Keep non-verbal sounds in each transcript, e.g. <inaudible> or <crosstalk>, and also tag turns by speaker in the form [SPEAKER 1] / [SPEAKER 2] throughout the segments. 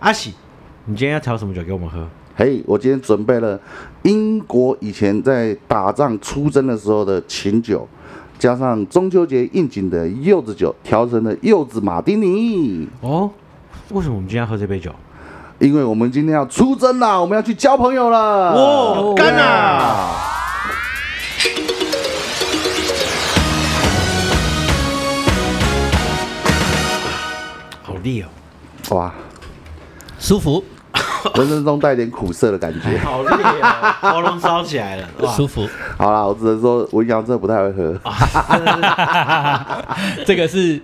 [SPEAKER 1] 阿喜，你今天要调什么酒给我们喝？
[SPEAKER 2] 嘿，我今天准备了英国以前在打仗出征的时候的琴酒，加上中秋节应景的柚子酒，调成了柚子马丁尼。
[SPEAKER 1] 哦，为什么我们今天要喝这杯酒？
[SPEAKER 2] 因为我们今天要出征啦，我们要去交朋友了。
[SPEAKER 1] 哦干啊！好烈哦，
[SPEAKER 2] 哇，
[SPEAKER 3] 舒服，
[SPEAKER 2] 人生中带点苦涩的感觉。
[SPEAKER 1] 好烈哦，喉咙烧起来了，哇！
[SPEAKER 3] 舒服。
[SPEAKER 2] 好啦，我只能说文阳真的不太会喝。
[SPEAKER 3] <laughs> 这
[SPEAKER 2] <coughs>
[SPEAKER 3] 个是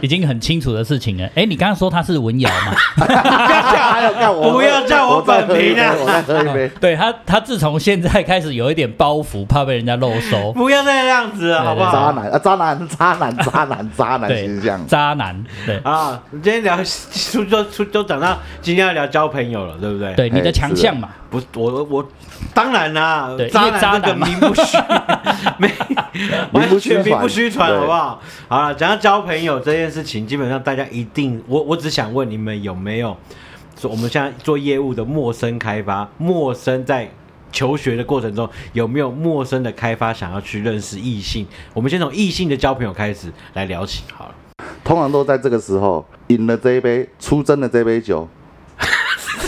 [SPEAKER 3] 已经很清楚的事情了。哎，你刚刚说他是文
[SPEAKER 2] <laughs>
[SPEAKER 3] 瑶嘛？
[SPEAKER 2] 啊还有看我，
[SPEAKER 1] 不要叫我
[SPEAKER 2] 再喝一
[SPEAKER 1] 本名啊
[SPEAKER 2] 杯我再喝一杯。
[SPEAKER 3] 对他，他自从现在开始有一点包袱，怕被人家漏
[SPEAKER 2] <laughs>
[SPEAKER 3] 收。
[SPEAKER 1] 不要再这样子了，好不
[SPEAKER 2] 渣
[SPEAKER 1] 好？
[SPEAKER 2] 男啊，渣男，渣男，渣男，渣男
[SPEAKER 3] 对
[SPEAKER 2] 形象，。
[SPEAKER 3] 渣男，对
[SPEAKER 1] 啊，我们今天聊出就出就讲到今天要聊交朋友了，对不对？，
[SPEAKER 3] 对，你的
[SPEAKER 2] 哎
[SPEAKER 3] 强
[SPEAKER 2] 是的
[SPEAKER 3] 项嘛，
[SPEAKER 1] 不，我我当然啦
[SPEAKER 3] 对，因
[SPEAKER 1] 渣
[SPEAKER 3] 为渣
[SPEAKER 1] 男这个
[SPEAKER 3] 男嘛
[SPEAKER 1] 名不
[SPEAKER 3] <laughs>
[SPEAKER 1] 虚，没
[SPEAKER 2] 名不
[SPEAKER 1] 完
[SPEAKER 2] 虚
[SPEAKER 1] 全名
[SPEAKER 2] 传
[SPEAKER 1] 不虚传，
[SPEAKER 2] 对
[SPEAKER 1] 好不好？好了，讲到交朋友这件事情，基本上大家一定，我我只想问你们有没有，说我们现在做业务的陌生开发，陌生在。求学的过程中，有没有陌生的开发想要去认识异性？我们先从异性的交朋友开始来聊起好
[SPEAKER 2] <laughs>
[SPEAKER 1] 了。
[SPEAKER 2] 通常都在这个时候饮了这一杯出征的这杯酒， <laughs>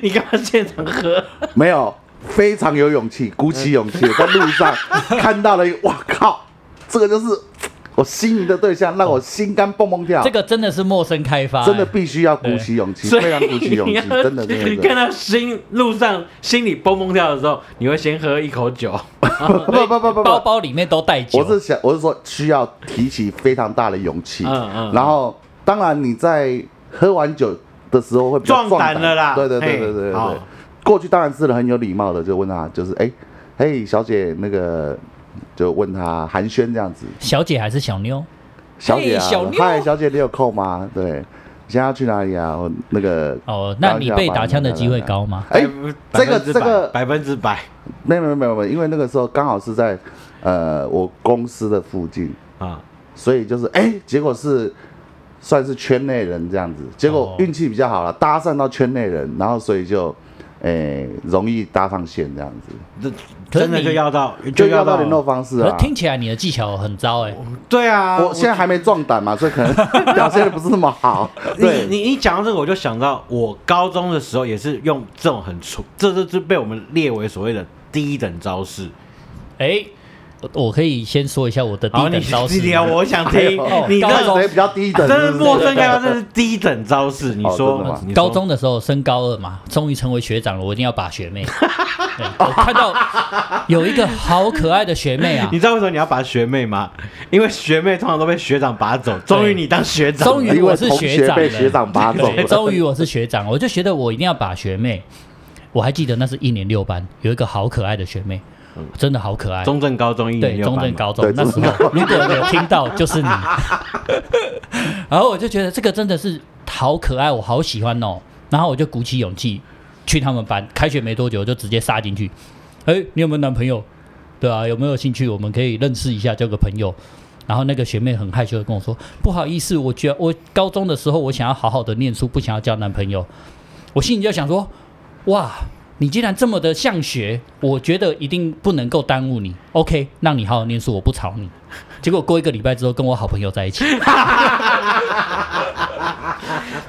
[SPEAKER 1] 你刚刚现场喝，
[SPEAKER 2] 没有，非常有勇气，鼓
[SPEAKER 1] <laughs>
[SPEAKER 2] 起勇气，在路上看到了一个，哇靠，这个就是我心仪的对象，让我心肝蹦蹦跳。
[SPEAKER 3] 这个真的是陌生开发，
[SPEAKER 2] 啊真的
[SPEAKER 3] 哎
[SPEAKER 2] 必须要鼓起勇气，
[SPEAKER 1] 哎所以
[SPEAKER 2] 非常鼓起
[SPEAKER 1] <laughs>
[SPEAKER 2] 勇
[SPEAKER 1] 你
[SPEAKER 2] 气，
[SPEAKER 1] 要
[SPEAKER 2] 真的真
[SPEAKER 1] 看
[SPEAKER 2] 的。
[SPEAKER 1] 到心路上心里蹦蹦跳的时候，你会先喝一口酒。
[SPEAKER 2] 不不不不不
[SPEAKER 3] 包
[SPEAKER 2] 不，
[SPEAKER 3] 包里面都带酒。
[SPEAKER 2] 我是想，我是说需要提起非常大的勇气。
[SPEAKER 1] 嗯嗯
[SPEAKER 2] 然后，当然你在喝完酒的时候会比较
[SPEAKER 1] 壮
[SPEAKER 2] 壮
[SPEAKER 1] 胆了啦
[SPEAKER 2] 对对
[SPEAKER 1] 嘿
[SPEAKER 2] 对对对对
[SPEAKER 1] 好
[SPEAKER 2] 对。过去当然是很有礼貌的，就问他，就是哎，嘿，小姐，那个就问他寒暄这样子。
[SPEAKER 3] 小姐还是小妞？
[SPEAKER 2] 小姐啊
[SPEAKER 3] 嘿小，妞
[SPEAKER 2] 嗨，小姐，你有空吗？对，你现在要去哪里啊？我那个，
[SPEAKER 3] 哦，那你被打枪的机会高吗？
[SPEAKER 2] 哎，这
[SPEAKER 1] 百
[SPEAKER 2] 个
[SPEAKER 1] 分之
[SPEAKER 2] 这
[SPEAKER 1] 百
[SPEAKER 2] 个，
[SPEAKER 1] 百分之百
[SPEAKER 2] 没有没有没有，没有因为那个时候刚好是在呃我公司的附近，
[SPEAKER 1] 啊，
[SPEAKER 2] 所以就是哎，结果是算是圈内人这样子，结果
[SPEAKER 3] 哦
[SPEAKER 2] 运气比较好了，搭讪到圈内人，然后所以就哎容易搭上线这样子，
[SPEAKER 1] 这
[SPEAKER 3] 可是
[SPEAKER 1] 真的
[SPEAKER 3] 你
[SPEAKER 1] 就要到
[SPEAKER 2] 就
[SPEAKER 1] 要
[SPEAKER 2] 要到联络方式
[SPEAKER 3] 可是
[SPEAKER 2] 啊。
[SPEAKER 3] 听起来你的技巧很糟哎。
[SPEAKER 1] 对啊，
[SPEAKER 2] 我现在还没壮胆嘛，所以
[SPEAKER 1] <laughs>
[SPEAKER 2] 可能表现的不是那么好。
[SPEAKER 1] 你
[SPEAKER 2] 对，
[SPEAKER 1] 你你讲到这个，我就想到我高中的时候也是用这种很粗，这这就被我们列为所谓的低等招式。
[SPEAKER 3] 哎，我我可以先说一下我的
[SPEAKER 1] 好，
[SPEAKER 3] 低
[SPEAKER 1] 你
[SPEAKER 3] 等招式
[SPEAKER 1] 你聊，
[SPEAKER 3] 吗。
[SPEAKER 1] 我想
[SPEAKER 2] 哎
[SPEAKER 1] 听
[SPEAKER 2] 呦
[SPEAKER 1] 你
[SPEAKER 3] 高
[SPEAKER 1] 这
[SPEAKER 3] 中
[SPEAKER 2] 谁比较低等？
[SPEAKER 1] 真是
[SPEAKER 2] 是不是
[SPEAKER 1] 陌生开发，这是低等招式。你
[SPEAKER 2] 哦真的
[SPEAKER 1] 说
[SPEAKER 2] 吗
[SPEAKER 1] 啊你说
[SPEAKER 3] 高中的时候升高二嘛，终于成为学长了，我一定要把学妹。 <laughs> 对我看到有一个好可爱的学妹
[SPEAKER 1] <laughs>
[SPEAKER 3] 啊
[SPEAKER 1] 你，知道为什么你要把学妹吗？因为学妹通常都被学长拔走，终于你当学长了，
[SPEAKER 3] 终于
[SPEAKER 2] 因
[SPEAKER 3] 我
[SPEAKER 2] 为
[SPEAKER 3] 是
[SPEAKER 2] 同
[SPEAKER 3] 学
[SPEAKER 2] 学
[SPEAKER 3] 长
[SPEAKER 2] 被
[SPEAKER 3] 了
[SPEAKER 2] 学长拔走
[SPEAKER 3] <laughs> 对
[SPEAKER 2] 了，
[SPEAKER 3] 终于我是学长，我就觉得我一定要把学妹。我还记得那是一年六班，有一个好可爱的学妹，
[SPEAKER 1] 嗯
[SPEAKER 3] 真的好可爱。
[SPEAKER 1] 中正高中一年
[SPEAKER 3] 对，
[SPEAKER 1] 六
[SPEAKER 3] 中
[SPEAKER 1] 班
[SPEAKER 3] 正
[SPEAKER 1] 嘛
[SPEAKER 3] 高中
[SPEAKER 2] 对
[SPEAKER 3] 那时候，如果没有听到，就是你。 <laughs> 然后我就觉得这个真的是好可爱，我好喜欢哦。然后我就鼓起勇气去他们班，开学没多久我就直接杀进去。哎，你有没有男朋友？对啊，有没有兴趣？我们可以认识一下，交个朋友。然后那个学妹很害羞的跟我说：“不好意思，我觉得我高中的时候我想要好好的念书，不想要交男朋友。”我心里就想说：“哇，你既然这么的向学，我觉得一定不能够耽误你。OK，让你好好念书，我不吵 <laughs> 你。”结果过一个礼拜之后，跟我好朋友在一起，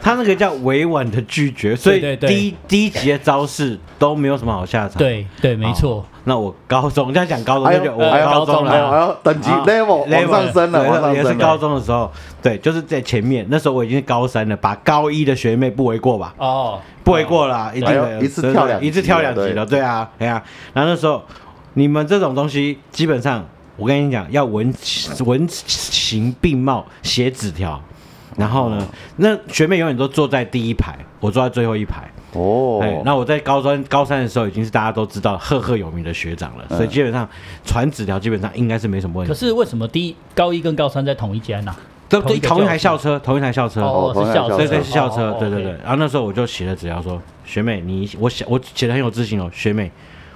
[SPEAKER 1] 他那个叫委婉的拒绝，所以
[SPEAKER 3] 对对
[SPEAKER 1] 低低级的招式都没有什么好下场。，哦
[SPEAKER 3] 对对，没错。
[SPEAKER 1] 那我高中，人家讲高中
[SPEAKER 2] 哎
[SPEAKER 1] 就
[SPEAKER 2] 呦
[SPEAKER 1] 觉得我呃
[SPEAKER 3] 哎呦
[SPEAKER 1] 高中
[SPEAKER 3] 高中
[SPEAKER 2] 哎呦哎
[SPEAKER 1] 了。
[SPEAKER 2] 呦，等级
[SPEAKER 1] 啊
[SPEAKER 2] level 往上升了，
[SPEAKER 1] 对
[SPEAKER 2] 往上
[SPEAKER 1] 也
[SPEAKER 2] 升
[SPEAKER 1] 是
[SPEAKER 2] 了。
[SPEAKER 1] 高中的时候，对，就是在前面，那时候我已经是高三了，把高一的学妹不为过吧，
[SPEAKER 3] 哦，
[SPEAKER 1] 不为过啦，一定
[SPEAKER 2] 哎呦
[SPEAKER 1] 的，
[SPEAKER 2] 一次
[SPEAKER 1] 对对
[SPEAKER 2] 跳两级
[SPEAKER 1] 一次跳两级
[SPEAKER 2] 了
[SPEAKER 1] 了，对啊，对啊。然后那时候你们这种东西，基本上我跟你讲，要文文情并茂，写纸条，然后呢，那学妹永远都坐在第一排，我坐在最后一排。哎
[SPEAKER 2] 哦，，
[SPEAKER 1] 那我在高三高三的时候已经是大家都知道赫赫有名的学长了，所以基本
[SPEAKER 2] 哦
[SPEAKER 1] 上传纸条基本上应该是没什么问
[SPEAKER 3] 可
[SPEAKER 1] 题。
[SPEAKER 3] 是为什么第一高一跟高三在同一间呢？
[SPEAKER 1] 对
[SPEAKER 3] 同
[SPEAKER 1] 对，
[SPEAKER 3] 一个
[SPEAKER 1] 同一台校
[SPEAKER 3] 教
[SPEAKER 1] 车，同一台校车，
[SPEAKER 3] 哦，
[SPEAKER 2] 同一
[SPEAKER 3] 是
[SPEAKER 2] 台
[SPEAKER 3] 校
[SPEAKER 2] 校
[SPEAKER 3] 车，
[SPEAKER 1] 对对是校
[SPEAKER 3] 哦
[SPEAKER 1] 车
[SPEAKER 3] 哦，
[SPEAKER 1] 对对
[SPEAKER 3] OK
[SPEAKER 1] 对。然后那时候我就写了纸条说，学妹你我想我写的很有自信哦，学妹，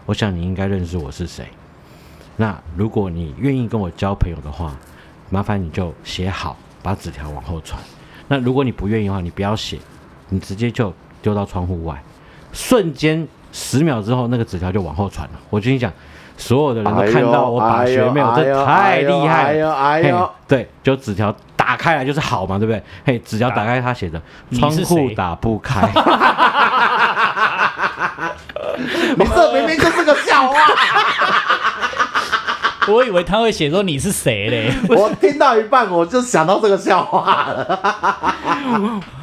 [SPEAKER 1] 我想你应该认识我是谁。那如果你愿意跟我交朋友的话，麻烦你就写好，把纸条往后传。那如果你不愿意的话，你不要写，你直接就丢到窗户外，瞬间十秒之后，那个纸条就往后传了。我心想，所有的人都看到我把学妹，我
[SPEAKER 2] 哎哎呦
[SPEAKER 1] 这太厉害
[SPEAKER 2] 哎
[SPEAKER 1] 了。
[SPEAKER 2] 呦哎呦哎
[SPEAKER 1] 嘿
[SPEAKER 2] 呦，
[SPEAKER 1] 对，就纸条打开来就是好嘛，对不对？嘿，纸条打开，他写的
[SPEAKER 3] 你
[SPEAKER 1] 窗
[SPEAKER 3] 是
[SPEAKER 1] 户
[SPEAKER 3] 谁
[SPEAKER 1] 打不开，
[SPEAKER 2] 你这明明就是个
[SPEAKER 1] <laughs>
[SPEAKER 2] 笑话！
[SPEAKER 3] 我以为他会写说你是
[SPEAKER 1] <laughs>
[SPEAKER 3] 谁嘞，
[SPEAKER 2] 我听到一半我就想到这个笑话了。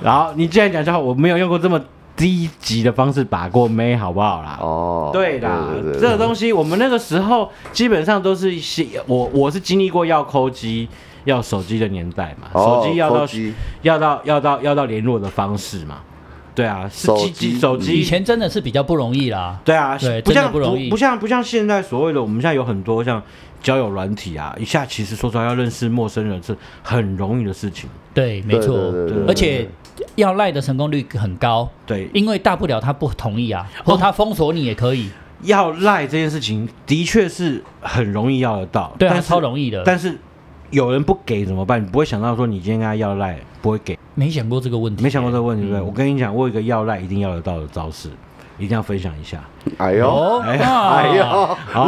[SPEAKER 1] 然后你既然讲笑话，我没有用过这么低级的方式把过妹，好不好啦？
[SPEAKER 2] 哦
[SPEAKER 1] 对啦，这个东西我们那个时候基本上都是一些我我是经历过要抠机、要手机的年代嘛，
[SPEAKER 2] 哦
[SPEAKER 1] 手机要
[SPEAKER 2] 抠
[SPEAKER 1] 到
[SPEAKER 2] 机
[SPEAKER 1] 要到要到要到联络的方式嘛，对啊，是
[SPEAKER 2] 手
[SPEAKER 1] 机
[SPEAKER 2] 机
[SPEAKER 1] 机手
[SPEAKER 3] 以
[SPEAKER 1] 机。
[SPEAKER 3] 前真的是比较不容易啦。
[SPEAKER 1] 对啊，
[SPEAKER 3] 对
[SPEAKER 1] 不
[SPEAKER 3] 真的
[SPEAKER 1] 像
[SPEAKER 3] 不容易
[SPEAKER 1] 不像不像现在所谓的我们现在有很多像交友软体啊，一下其实说实话要认识陌生人是很容易的事情，
[SPEAKER 3] 对，没错
[SPEAKER 2] 对对对对，
[SPEAKER 3] 而且要赖的成功率很高，
[SPEAKER 1] 对，
[SPEAKER 3] 因为大不了他不同意啊，
[SPEAKER 1] 哦
[SPEAKER 3] 或他封锁你也可以，
[SPEAKER 1] 要赖这件事情的确是很容易要得到，
[SPEAKER 3] 对啊，
[SPEAKER 1] 但是
[SPEAKER 3] 超容易的。
[SPEAKER 1] 但是有人不给怎么办？你不会想到说你今天跟他要赖不会给，
[SPEAKER 3] 没想过这个问题，
[SPEAKER 1] 没想过这个问题对
[SPEAKER 3] 嗯
[SPEAKER 1] 不对？我跟你讲，我有一个要赖一定要得到的招式，一定要分享一下。
[SPEAKER 2] 哎呦
[SPEAKER 3] 哦，
[SPEAKER 1] 哎
[SPEAKER 3] 啊
[SPEAKER 2] 哎呦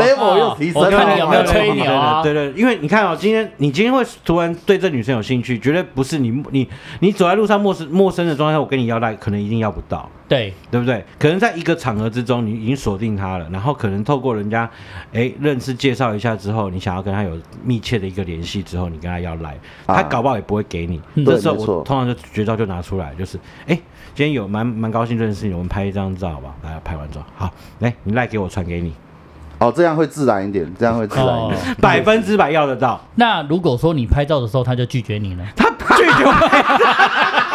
[SPEAKER 2] ，level 又提升了。
[SPEAKER 3] 我看你有没有吹
[SPEAKER 1] 哦对
[SPEAKER 3] 牛啊
[SPEAKER 1] 对对，对因为你看哦，今天你今天会突然对这女生有兴趣，绝对不是你你你走在路上陌生陌生的状态下，我跟你要赖，可能一定要不到。
[SPEAKER 3] 对，
[SPEAKER 1] 对不对？可能在一个场合之中，你已经锁定他了，然后可能透过人家，哎，认识介绍一下之后，你想要跟他有密切的一个联系之后，你跟他要来，
[SPEAKER 2] 啊
[SPEAKER 1] 他搞不好也不会给你。
[SPEAKER 2] 嗯
[SPEAKER 1] 这时候
[SPEAKER 2] 对没错
[SPEAKER 1] 我通常就绝招就拿出来，就是，哎，今天有蛮蛮高兴认识你，我们拍一张照好吧？大家拍完照，好，来你赖给我传给你，
[SPEAKER 2] 哦，这样会自然一点，这样会自然
[SPEAKER 1] <laughs>
[SPEAKER 2] 一
[SPEAKER 3] 哦
[SPEAKER 2] 点。，
[SPEAKER 1] 百分之百要得到。
[SPEAKER 3] 那如果说你拍照的时候他就拒绝你
[SPEAKER 1] <laughs>
[SPEAKER 3] 呢？
[SPEAKER 1] 他拒绝我，
[SPEAKER 3] 哦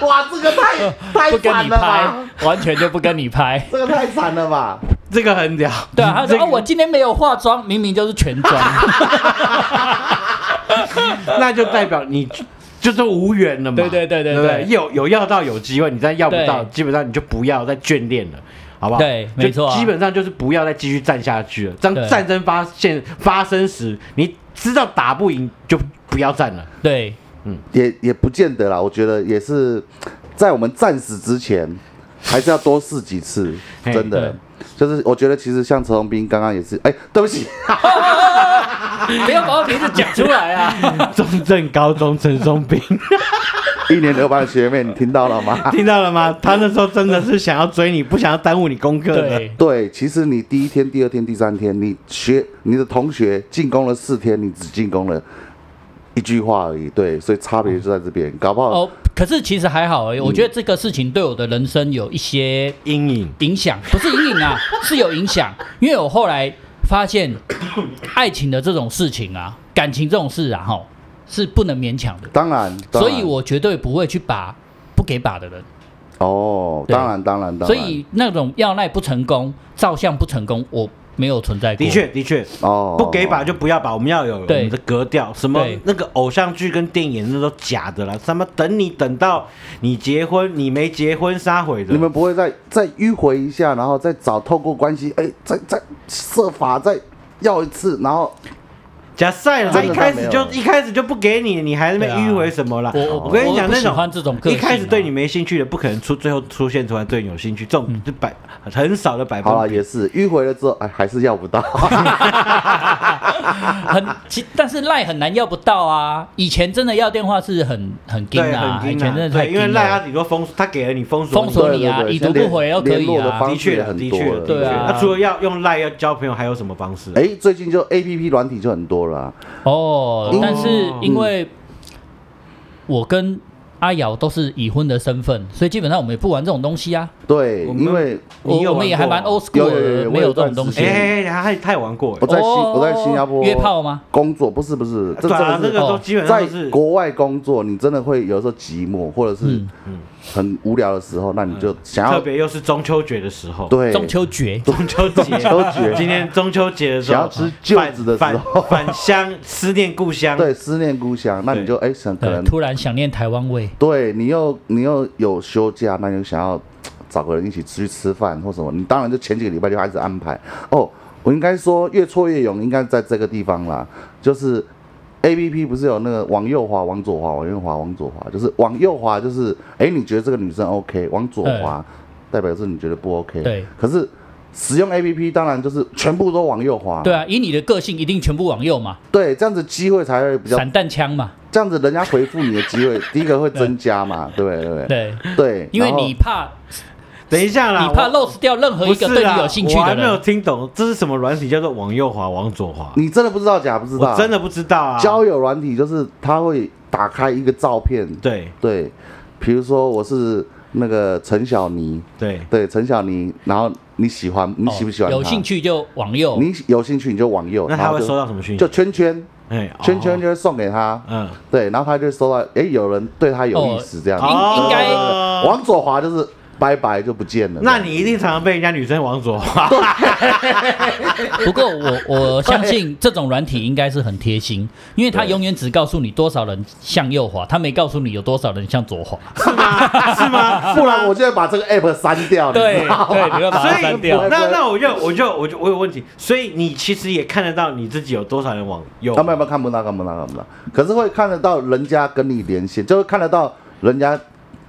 [SPEAKER 2] <laughs> 哇，这个太太
[SPEAKER 3] <laughs> 不跟
[SPEAKER 2] 惨
[SPEAKER 3] 你
[SPEAKER 2] 了吧！
[SPEAKER 3] 拍，完全就不跟你
[SPEAKER 1] <laughs>
[SPEAKER 3] 拍。
[SPEAKER 2] 这个太惨了吧！
[SPEAKER 1] 这个很屌。
[SPEAKER 3] 对啊，他
[SPEAKER 1] 这
[SPEAKER 3] 说
[SPEAKER 1] 个
[SPEAKER 3] 哦，我今天没有化妆，明明就是全妆。
[SPEAKER 1] <laughs> 那就代表你就就是无缘了嘛。
[SPEAKER 3] 对对对对
[SPEAKER 1] 对不
[SPEAKER 3] 对
[SPEAKER 1] 有有要到有机会，你再要不到，
[SPEAKER 3] 对
[SPEAKER 1] 基本上你就不要再眷恋了。好不好？
[SPEAKER 3] 对
[SPEAKER 1] 就
[SPEAKER 3] 没错啊
[SPEAKER 1] 基本上就是不要再继续战下去了。当
[SPEAKER 3] 对
[SPEAKER 1] 战争发现发生时，你知道打不赢就不要战了。 <laughs>
[SPEAKER 3] 对，
[SPEAKER 2] 也也不见得啦，我觉得也是在我们战死之前，还是要多试几次，
[SPEAKER 3] <laughs>
[SPEAKER 1] 嘿
[SPEAKER 2] 真的
[SPEAKER 3] 对。
[SPEAKER 2] 就是我觉得其实像陈宏斌刚刚也是，哎、对不起，
[SPEAKER 3] 不要把我名字讲出
[SPEAKER 1] <laughs>
[SPEAKER 3] 来啊！
[SPEAKER 1] 中正高中陈松斌， <laughs>
[SPEAKER 2] 一年六班的学妹，你听到了吗？
[SPEAKER 1] 听到了吗？他那时候真的是想要追你，不想要耽误你功课的。
[SPEAKER 3] 对，
[SPEAKER 2] 对，其实你第一天、第二天、第三天，你学你的同学进攻了四天，你只进攻了一句话而已，对，所以差别就在这边，搞不好
[SPEAKER 3] 哦，可是其实还好
[SPEAKER 1] 嗯
[SPEAKER 3] 而已。我觉得这个事情对我的人生有一些
[SPEAKER 1] 阴影
[SPEAKER 3] 影响，不是阴影啊，是有影响。因为我后来发现，爱情的这种事情啊，感情这种事啊，吼，是不能勉强的。
[SPEAKER 2] 当然，当
[SPEAKER 3] 所
[SPEAKER 2] 然
[SPEAKER 3] 以我绝对不会去把不给把的人。
[SPEAKER 2] 哦，
[SPEAKER 3] 对
[SPEAKER 2] 当然，当然，当然，
[SPEAKER 3] 所以那种要赖不成功、照相不成功，我没有存在过。
[SPEAKER 1] 的确，的确，
[SPEAKER 2] 哦，
[SPEAKER 1] 不给把就不要把，我们要有我
[SPEAKER 3] 对
[SPEAKER 1] 们的格调。什么
[SPEAKER 3] 对
[SPEAKER 1] 那个偶像剧跟电影那都假的啦，什么等你等到你结婚，你没结婚杀回的
[SPEAKER 2] 你。们不会再再迂回一下，然后再找透过关系，哎、再再设法再要一次，然后
[SPEAKER 1] 假赛了，他
[SPEAKER 2] 真
[SPEAKER 1] 一
[SPEAKER 2] 的
[SPEAKER 1] 开始
[SPEAKER 2] 没有
[SPEAKER 1] 就一开始就不给你，你还在那边
[SPEAKER 3] 对啊
[SPEAKER 1] 迂回什么啦？
[SPEAKER 3] 我我
[SPEAKER 1] 我跟你讲，
[SPEAKER 3] 我不
[SPEAKER 1] 那
[SPEAKER 3] 喜欢这种个
[SPEAKER 1] 一
[SPEAKER 3] 性啊
[SPEAKER 1] 开始对你没兴趣的，不可能出最后出现突然对你有兴趣，这
[SPEAKER 3] 嗯
[SPEAKER 1] 种就百很少的百分
[SPEAKER 2] 好了
[SPEAKER 1] 比
[SPEAKER 2] 也是迂回了之后，哎，还是要不
[SPEAKER 3] <laughs>
[SPEAKER 2] 到。
[SPEAKER 3] 很，其但是赖很难要不到啊。以前真的要电话是很很硬
[SPEAKER 1] 对，
[SPEAKER 3] 啊，
[SPEAKER 1] 很
[SPEAKER 3] 以
[SPEAKER 1] 硬
[SPEAKER 3] 前真的
[SPEAKER 1] 啊，
[SPEAKER 3] 太
[SPEAKER 1] 对，因为
[SPEAKER 3] 硬
[SPEAKER 1] 赖他
[SPEAKER 3] 了。
[SPEAKER 1] 顶多封，他给了你封锁
[SPEAKER 3] 封锁
[SPEAKER 2] 对
[SPEAKER 3] 你啊
[SPEAKER 2] 对 <laughs> 对
[SPEAKER 3] 已读
[SPEAKER 2] 现在
[SPEAKER 3] 不回又可以啊
[SPEAKER 2] 联络的方
[SPEAKER 1] 的
[SPEAKER 2] 式
[SPEAKER 1] 确
[SPEAKER 2] 也
[SPEAKER 1] 的，
[SPEAKER 2] 很
[SPEAKER 1] 的
[SPEAKER 2] 多
[SPEAKER 1] 确的，
[SPEAKER 2] 了，
[SPEAKER 3] 对啊
[SPEAKER 1] 那除了要用赖要交朋友，还有什么方式？
[SPEAKER 2] 哎、最近就 A P P 软体就很多了啊、
[SPEAKER 3] 哦
[SPEAKER 1] 哦，
[SPEAKER 3] 但是因为我跟阿瑶都是已婚的身份，所以基本上我们也不玩这种东西啊。
[SPEAKER 2] 对，
[SPEAKER 1] 我们
[SPEAKER 2] 因为
[SPEAKER 3] 我
[SPEAKER 1] 你有玩过吗
[SPEAKER 3] 我们也还蛮 old school
[SPEAKER 2] 有有有
[SPEAKER 3] 的，
[SPEAKER 2] 有
[SPEAKER 3] 没有这种东
[SPEAKER 1] 哎
[SPEAKER 3] 西
[SPEAKER 2] 我有。
[SPEAKER 1] 哎，哎他他也玩过
[SPEAKER 2] 我
[SPEAKER 1] 哎，
[SPEAKER 2] 在新、
[SPEAKER 3] 哦
[SPEAKER 2] 我在新加坡
[SPEAKER 3] 约炮吗？
[SPEAKER 2] 工作不是不是，这
[SPEAKER 1] 对啊，
[SPEAKER 2] 真
[SPEAKER 1] 那
[SPEAKER 2] 的
[SPEAKER 1] 个
[SPEAKER 2] 是
[SPEAKER 1] 都
[SPEAKER 3] 哦
[SPEAKER 1] 基本上
[SPEAKER 2] 在
[SPEAKER 1] 都是
[SPEAKER 2] 国外工作，你真的会有时候寂寞，或者是
[SPEAKER 3] 嗯
[SPEAKER 2] 很无聊的时候，那你就
[SPEAKER 1] 嗯
[SPEAKER 2] 想
[SPEAKER 1] 特
[SPEAKER 2] 要
[SPEAKER 1] 别又是中秋节的时候，
[SPEAKER 2] 对
[SPEAKER 3] 中秋节
[SPEAKER 1] 中秋节，中
[SPEAKER 2] 秋节
[SPEAKER 1] 今天中秋节的时
[SPEAKER 2] 想
[SPEAKER 1] 候，
[SPEAKER 2] 要吃柚子的时候
[SPEAKER 1] 返返返乡，思念故乡，
[SPEAKER 2] 对思念故乡，那你就哎、想可
[SPEAKER 3] 呃，
[SPEAKER 2] 能
[SPEAKER 3] 突然想念台湾味。
[SPEAKER 2] 对你又你又有休假，那你就想要找个人一起出去吃饭或什么，你当然就前几个礼拜就开始安排。哦，我应该说越挫越勇，应该在这个地方啦，就是 A P P 不是有那个往右滑、往左滑、往右滑、往左滑，就是往右滑就是哎、你觉得这个女生 OK，往左滑代表是你觉得不 OK。
[SPEAKER 3] 哎对。
[SPEAKER 2] 可是使用 A P P 当然就是全部都往右滑。
[SPEAKER 3] 对啊，以你的个性，一定全部往右嘛，
[SPEAKER 2] 对，这样子机会才会比较，
[SPEAKER 3] 散弹枪嘛，
[SPEAKER 2] 这样子人家回复你的机会，第一个会增加嘛，对不对？
[SPEAKER 3] 对，
[SPEAKER 2] 对对，
[SPEAKER 3] 因为
[SPEAKER 2] 然后
[SPEAKER 3] 你怕
[SPEAKER 1] 等一下啦，
[SPEAKER 3] 你怕
[SPEAKER 1] 我
[SPEAKER 3] lose 掉任何
[SPEAKER 1] 不
[SPEAKER 3] 一个
[SPEAKER 1] 是
[SPEAKER 3] 对
[SPEAKER 2] 啊
[SPEAKER 1] 啦
[SPEAKER 3] 你有兴趣
[SPEAKER 1] 我还
[SPEAKER 3] 的
[SPEAKER 1] 没有
[SPEAKER 3] 人。
[SPEAKER 1] 听懂这是什么软体，叫做往右滑、往左滑，
[SPEAKER 2] 你真的不知道假不知道，
[SPEAKER 1] 我真的不知道啊。
[SPEAKER 2] 交友软体就是它会打开一个照片，
[SPEAKER 1] 对
[SPEAKER 2] 对，比如说我是那个陈小妮，
[SPEAKER 1] 对，
[SPEAKER 2] 对陈小妮，然后你喜欢，你喜不喜欢、
[SPEAKER 1] 哦
[SPEAKER 3] 哦有兴
[SPEAKER 2] 趣，
[SPEAKER 3] 趣就往右。
[SPEAKER 2] 你有兴趣你就往右，
[SPEAKER 1] 那
[SPEAKER 2] 然
[SPEAKER 1] 他
[SPEAKER 2] 后
[SPEAKER 1] 会
[SPEAKER 2] 就
[SPEAKER 1] 收到什么讯息
[SPEAKER 2] 就？圈圈，
[SPEAKER 1] 哎，
[SPEAKER 2] 圈圈
[SPEAKER 1] 就
[SPEAKER 2] 就会送给他，
[SPEAKER 1] 嗯，
[SPEAKER 2] 对，然后他就收到，哎，有人对他有意思这样，
[SPEAKER 3] 应
[SPEAKER 1] 哦
[SPEAKER 3] 应该
[SPEAKER 1] 哦
[SPEAKER 2] 往左滑就是拜拜就不见了，
[SPEAKER 1] 那你一定常常被人家女生往左
[SPEAKER 2] <laughs>
[SPEAKER 1] 滑。
[SPEAKER 3] 不过我我相信这种软体应该是很贴心，因为它永远只告诉你多少人向右滑，它没告诉你有多少人向左滑。
[SPEAKER 1] 是吗？是吗？
[SPEAKER 2] 不然我就会把这个 app 删掉，你知道吗
[SPEAKER 3] 对，你要
[SPEAKER 1] 所以
[SPEAKER 2] 掉
[SPEAKER 1] 那那我就我就我就我有问题，所以你其实也看得到你自己有多少人往右
[SPEAKER 2] 他，啊们有没有看不到？看不到，看不到。可是会看得到人家跟你连线，就是看得到人家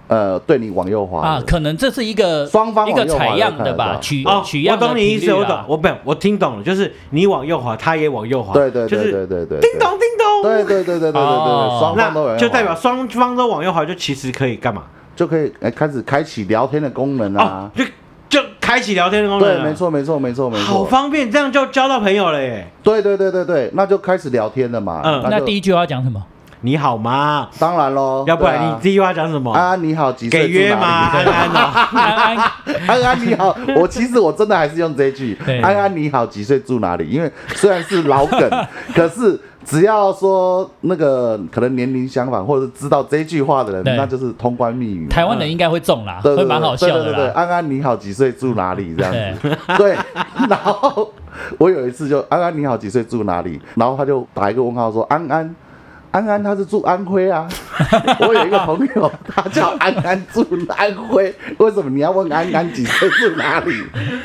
[SPEAKER 2] 呃对你往右滑
[SPEAKER 3] 啊，可能这是一个
[SPEAKER 2] 双方
[SPEAKER 3] 一
[SPEAKER 2] 往右
[SPEAKER 3] 个
[SPEAKER 2] 滑都
[SPEAKER 3] 采样的
[SPEAKER 2] 看得
[SPEAKER 3] 吧，
[SPEAKER 2] 到
[SPEAKER 3] 取
[SPEAKER 1] 哦
[SPEAKER 3] 取，
[SPEAKER 1] 我
[SPEAKER 3] 样的
[SPEAKER 1] 懂你意
[SPEAKER 3] 频率
[SPEAKER 1] 思，
[SPEAKER 3] 啊
[SPEAKER 1] 我懂
[SPEAKER 3] 啦，。
[SPEAKER 1] 我不，我听懂了，就是你往右滑，他也往右滑，
[SPEAKER 2] 对对
[SPEAKER 1] 就
[SPEAKER 2] 对
[SPEAKER 1] 是
[SPEAKER 2] 对对对，
[SPEAKER 1] 叮咚叮咚，
[SPEAKER 2] 对对对对对对对对，
[SPEAKER 3] 哦
[SPEAKER 2] 双方都有人
[SPEAKER 1] 那
[SPEAKER 2] 滑，
[SPEAKER 1] 就代表双方都往右滑，就其实可以干嘛？
[SPEAKER 2] 就可以哎开始开启聊天的功能
[SPEAKER 1] 哦
[SPEAKER 2] 啊，。
[SPEAKER 1] 就就开启聊天的功能，
[SPEAKER 2] 对，没，错没错没错没
[SPEAKER 1] 好
[SPEAKER 2] 错，
[SPEAKER 1] 方便，这样就交到朋友了耶。
[SPEAKER 2] 对对对对对，那就开始聊天了嘛。
[SPEAKER 1] 嗯
[SPEAKER 3] 那
[SPEAKER 2] 就
[SPEAKER 3] 第一句话讲什么？
[SPEAKER 1] 你好吗？
[SPEAKER 2] 当然喽，
[SPEAKER 1] 要不
[SPEAKER 2] 对
[SPEAKER 1] 然
[SPEAKER 2] 啊
[SPEAKER 1] 你第一句话讲什么？
[SPEAKER 2] 啊你好几岁
[SPEAKER 1] 给约
[SPEAKER 2] 住
[SPEAKER 1] 吗？
[SPEAKER 2] 哪里
[SPEAKER 1] 安安哦，
[SPEAKER 3] 安安
[SPEAKER 2] <laughs> 安安你好，我其实我真的还是用这一句
[SPEAKER 3] 对。
[SPEAKER 2] 安安你好，几岁住哪里？因为虽然是老
[SPEAKER 3] <laughs>
[SPEAKER 2] 梗，可是只要说那个可能年龄相反，或者是知道这句话的人，
[SPEAKER 3] 对
[SPEAKER 2] 那就是通关密语嘛。
[SPEAKER 3] 台湾人应该会中啦，
[SPEAKER 2] <laughs> 对对
[SPEAKER 3] 会
[SPEAKER 2] 对
[SPEAKER 3] 蛮好笑
[SPEAKER 2] 对
[SPEAKER 3] 的
[SPEAKER 2] 对对，啊
[SPEAKER 3] 啦。
[SPEAKER 2] 安安你好，几岁住哪里？这样
[SPEAKER 3] 对
[SPEAKER 2] 子。 <laughs> 对，然后我有一次就安安你好，几岁住哪里？然后他就打一个问号说安安。安安他是住安徽
[SPEAKER 3] <laughs>
[SPEAKER 2] 啊，我有一个朋友，他叫安安住安徽，为什么你要问安安几岁住哪里？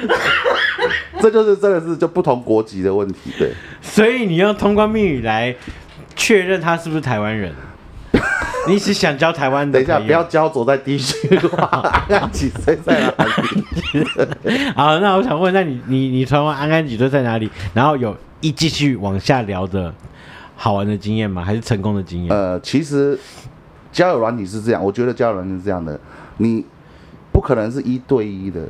[SPEAKER 2] <laughs> 这就是真的是就不同国籍的问题，对，
[SPEAKER 1] 所以你用通关密语来确认他是不是台湾
[SPEAKER 2] <laughs>
[SPEAKER 1] 人。你只想交台湾的
[SPEAKER 2] 等一
[SPEAKER 1] 朋友？
[SPEAKER 2] 下
[SPEAKER 3] 啊
[SPEAKER 2] 不要焦灼在地区 <laughs> 化，安安几岁在哪里？
[SPEAKER 1] <laughs> 好，那我想问，那你你你传完安安几岁在哪里？然后有一继续往下聊的好玩的经验吗？还是成功的经验？
[SPEAKER 2] 呃，其实交友软体是这样，我觉得交友软体是这样的，你不可能是一对一的，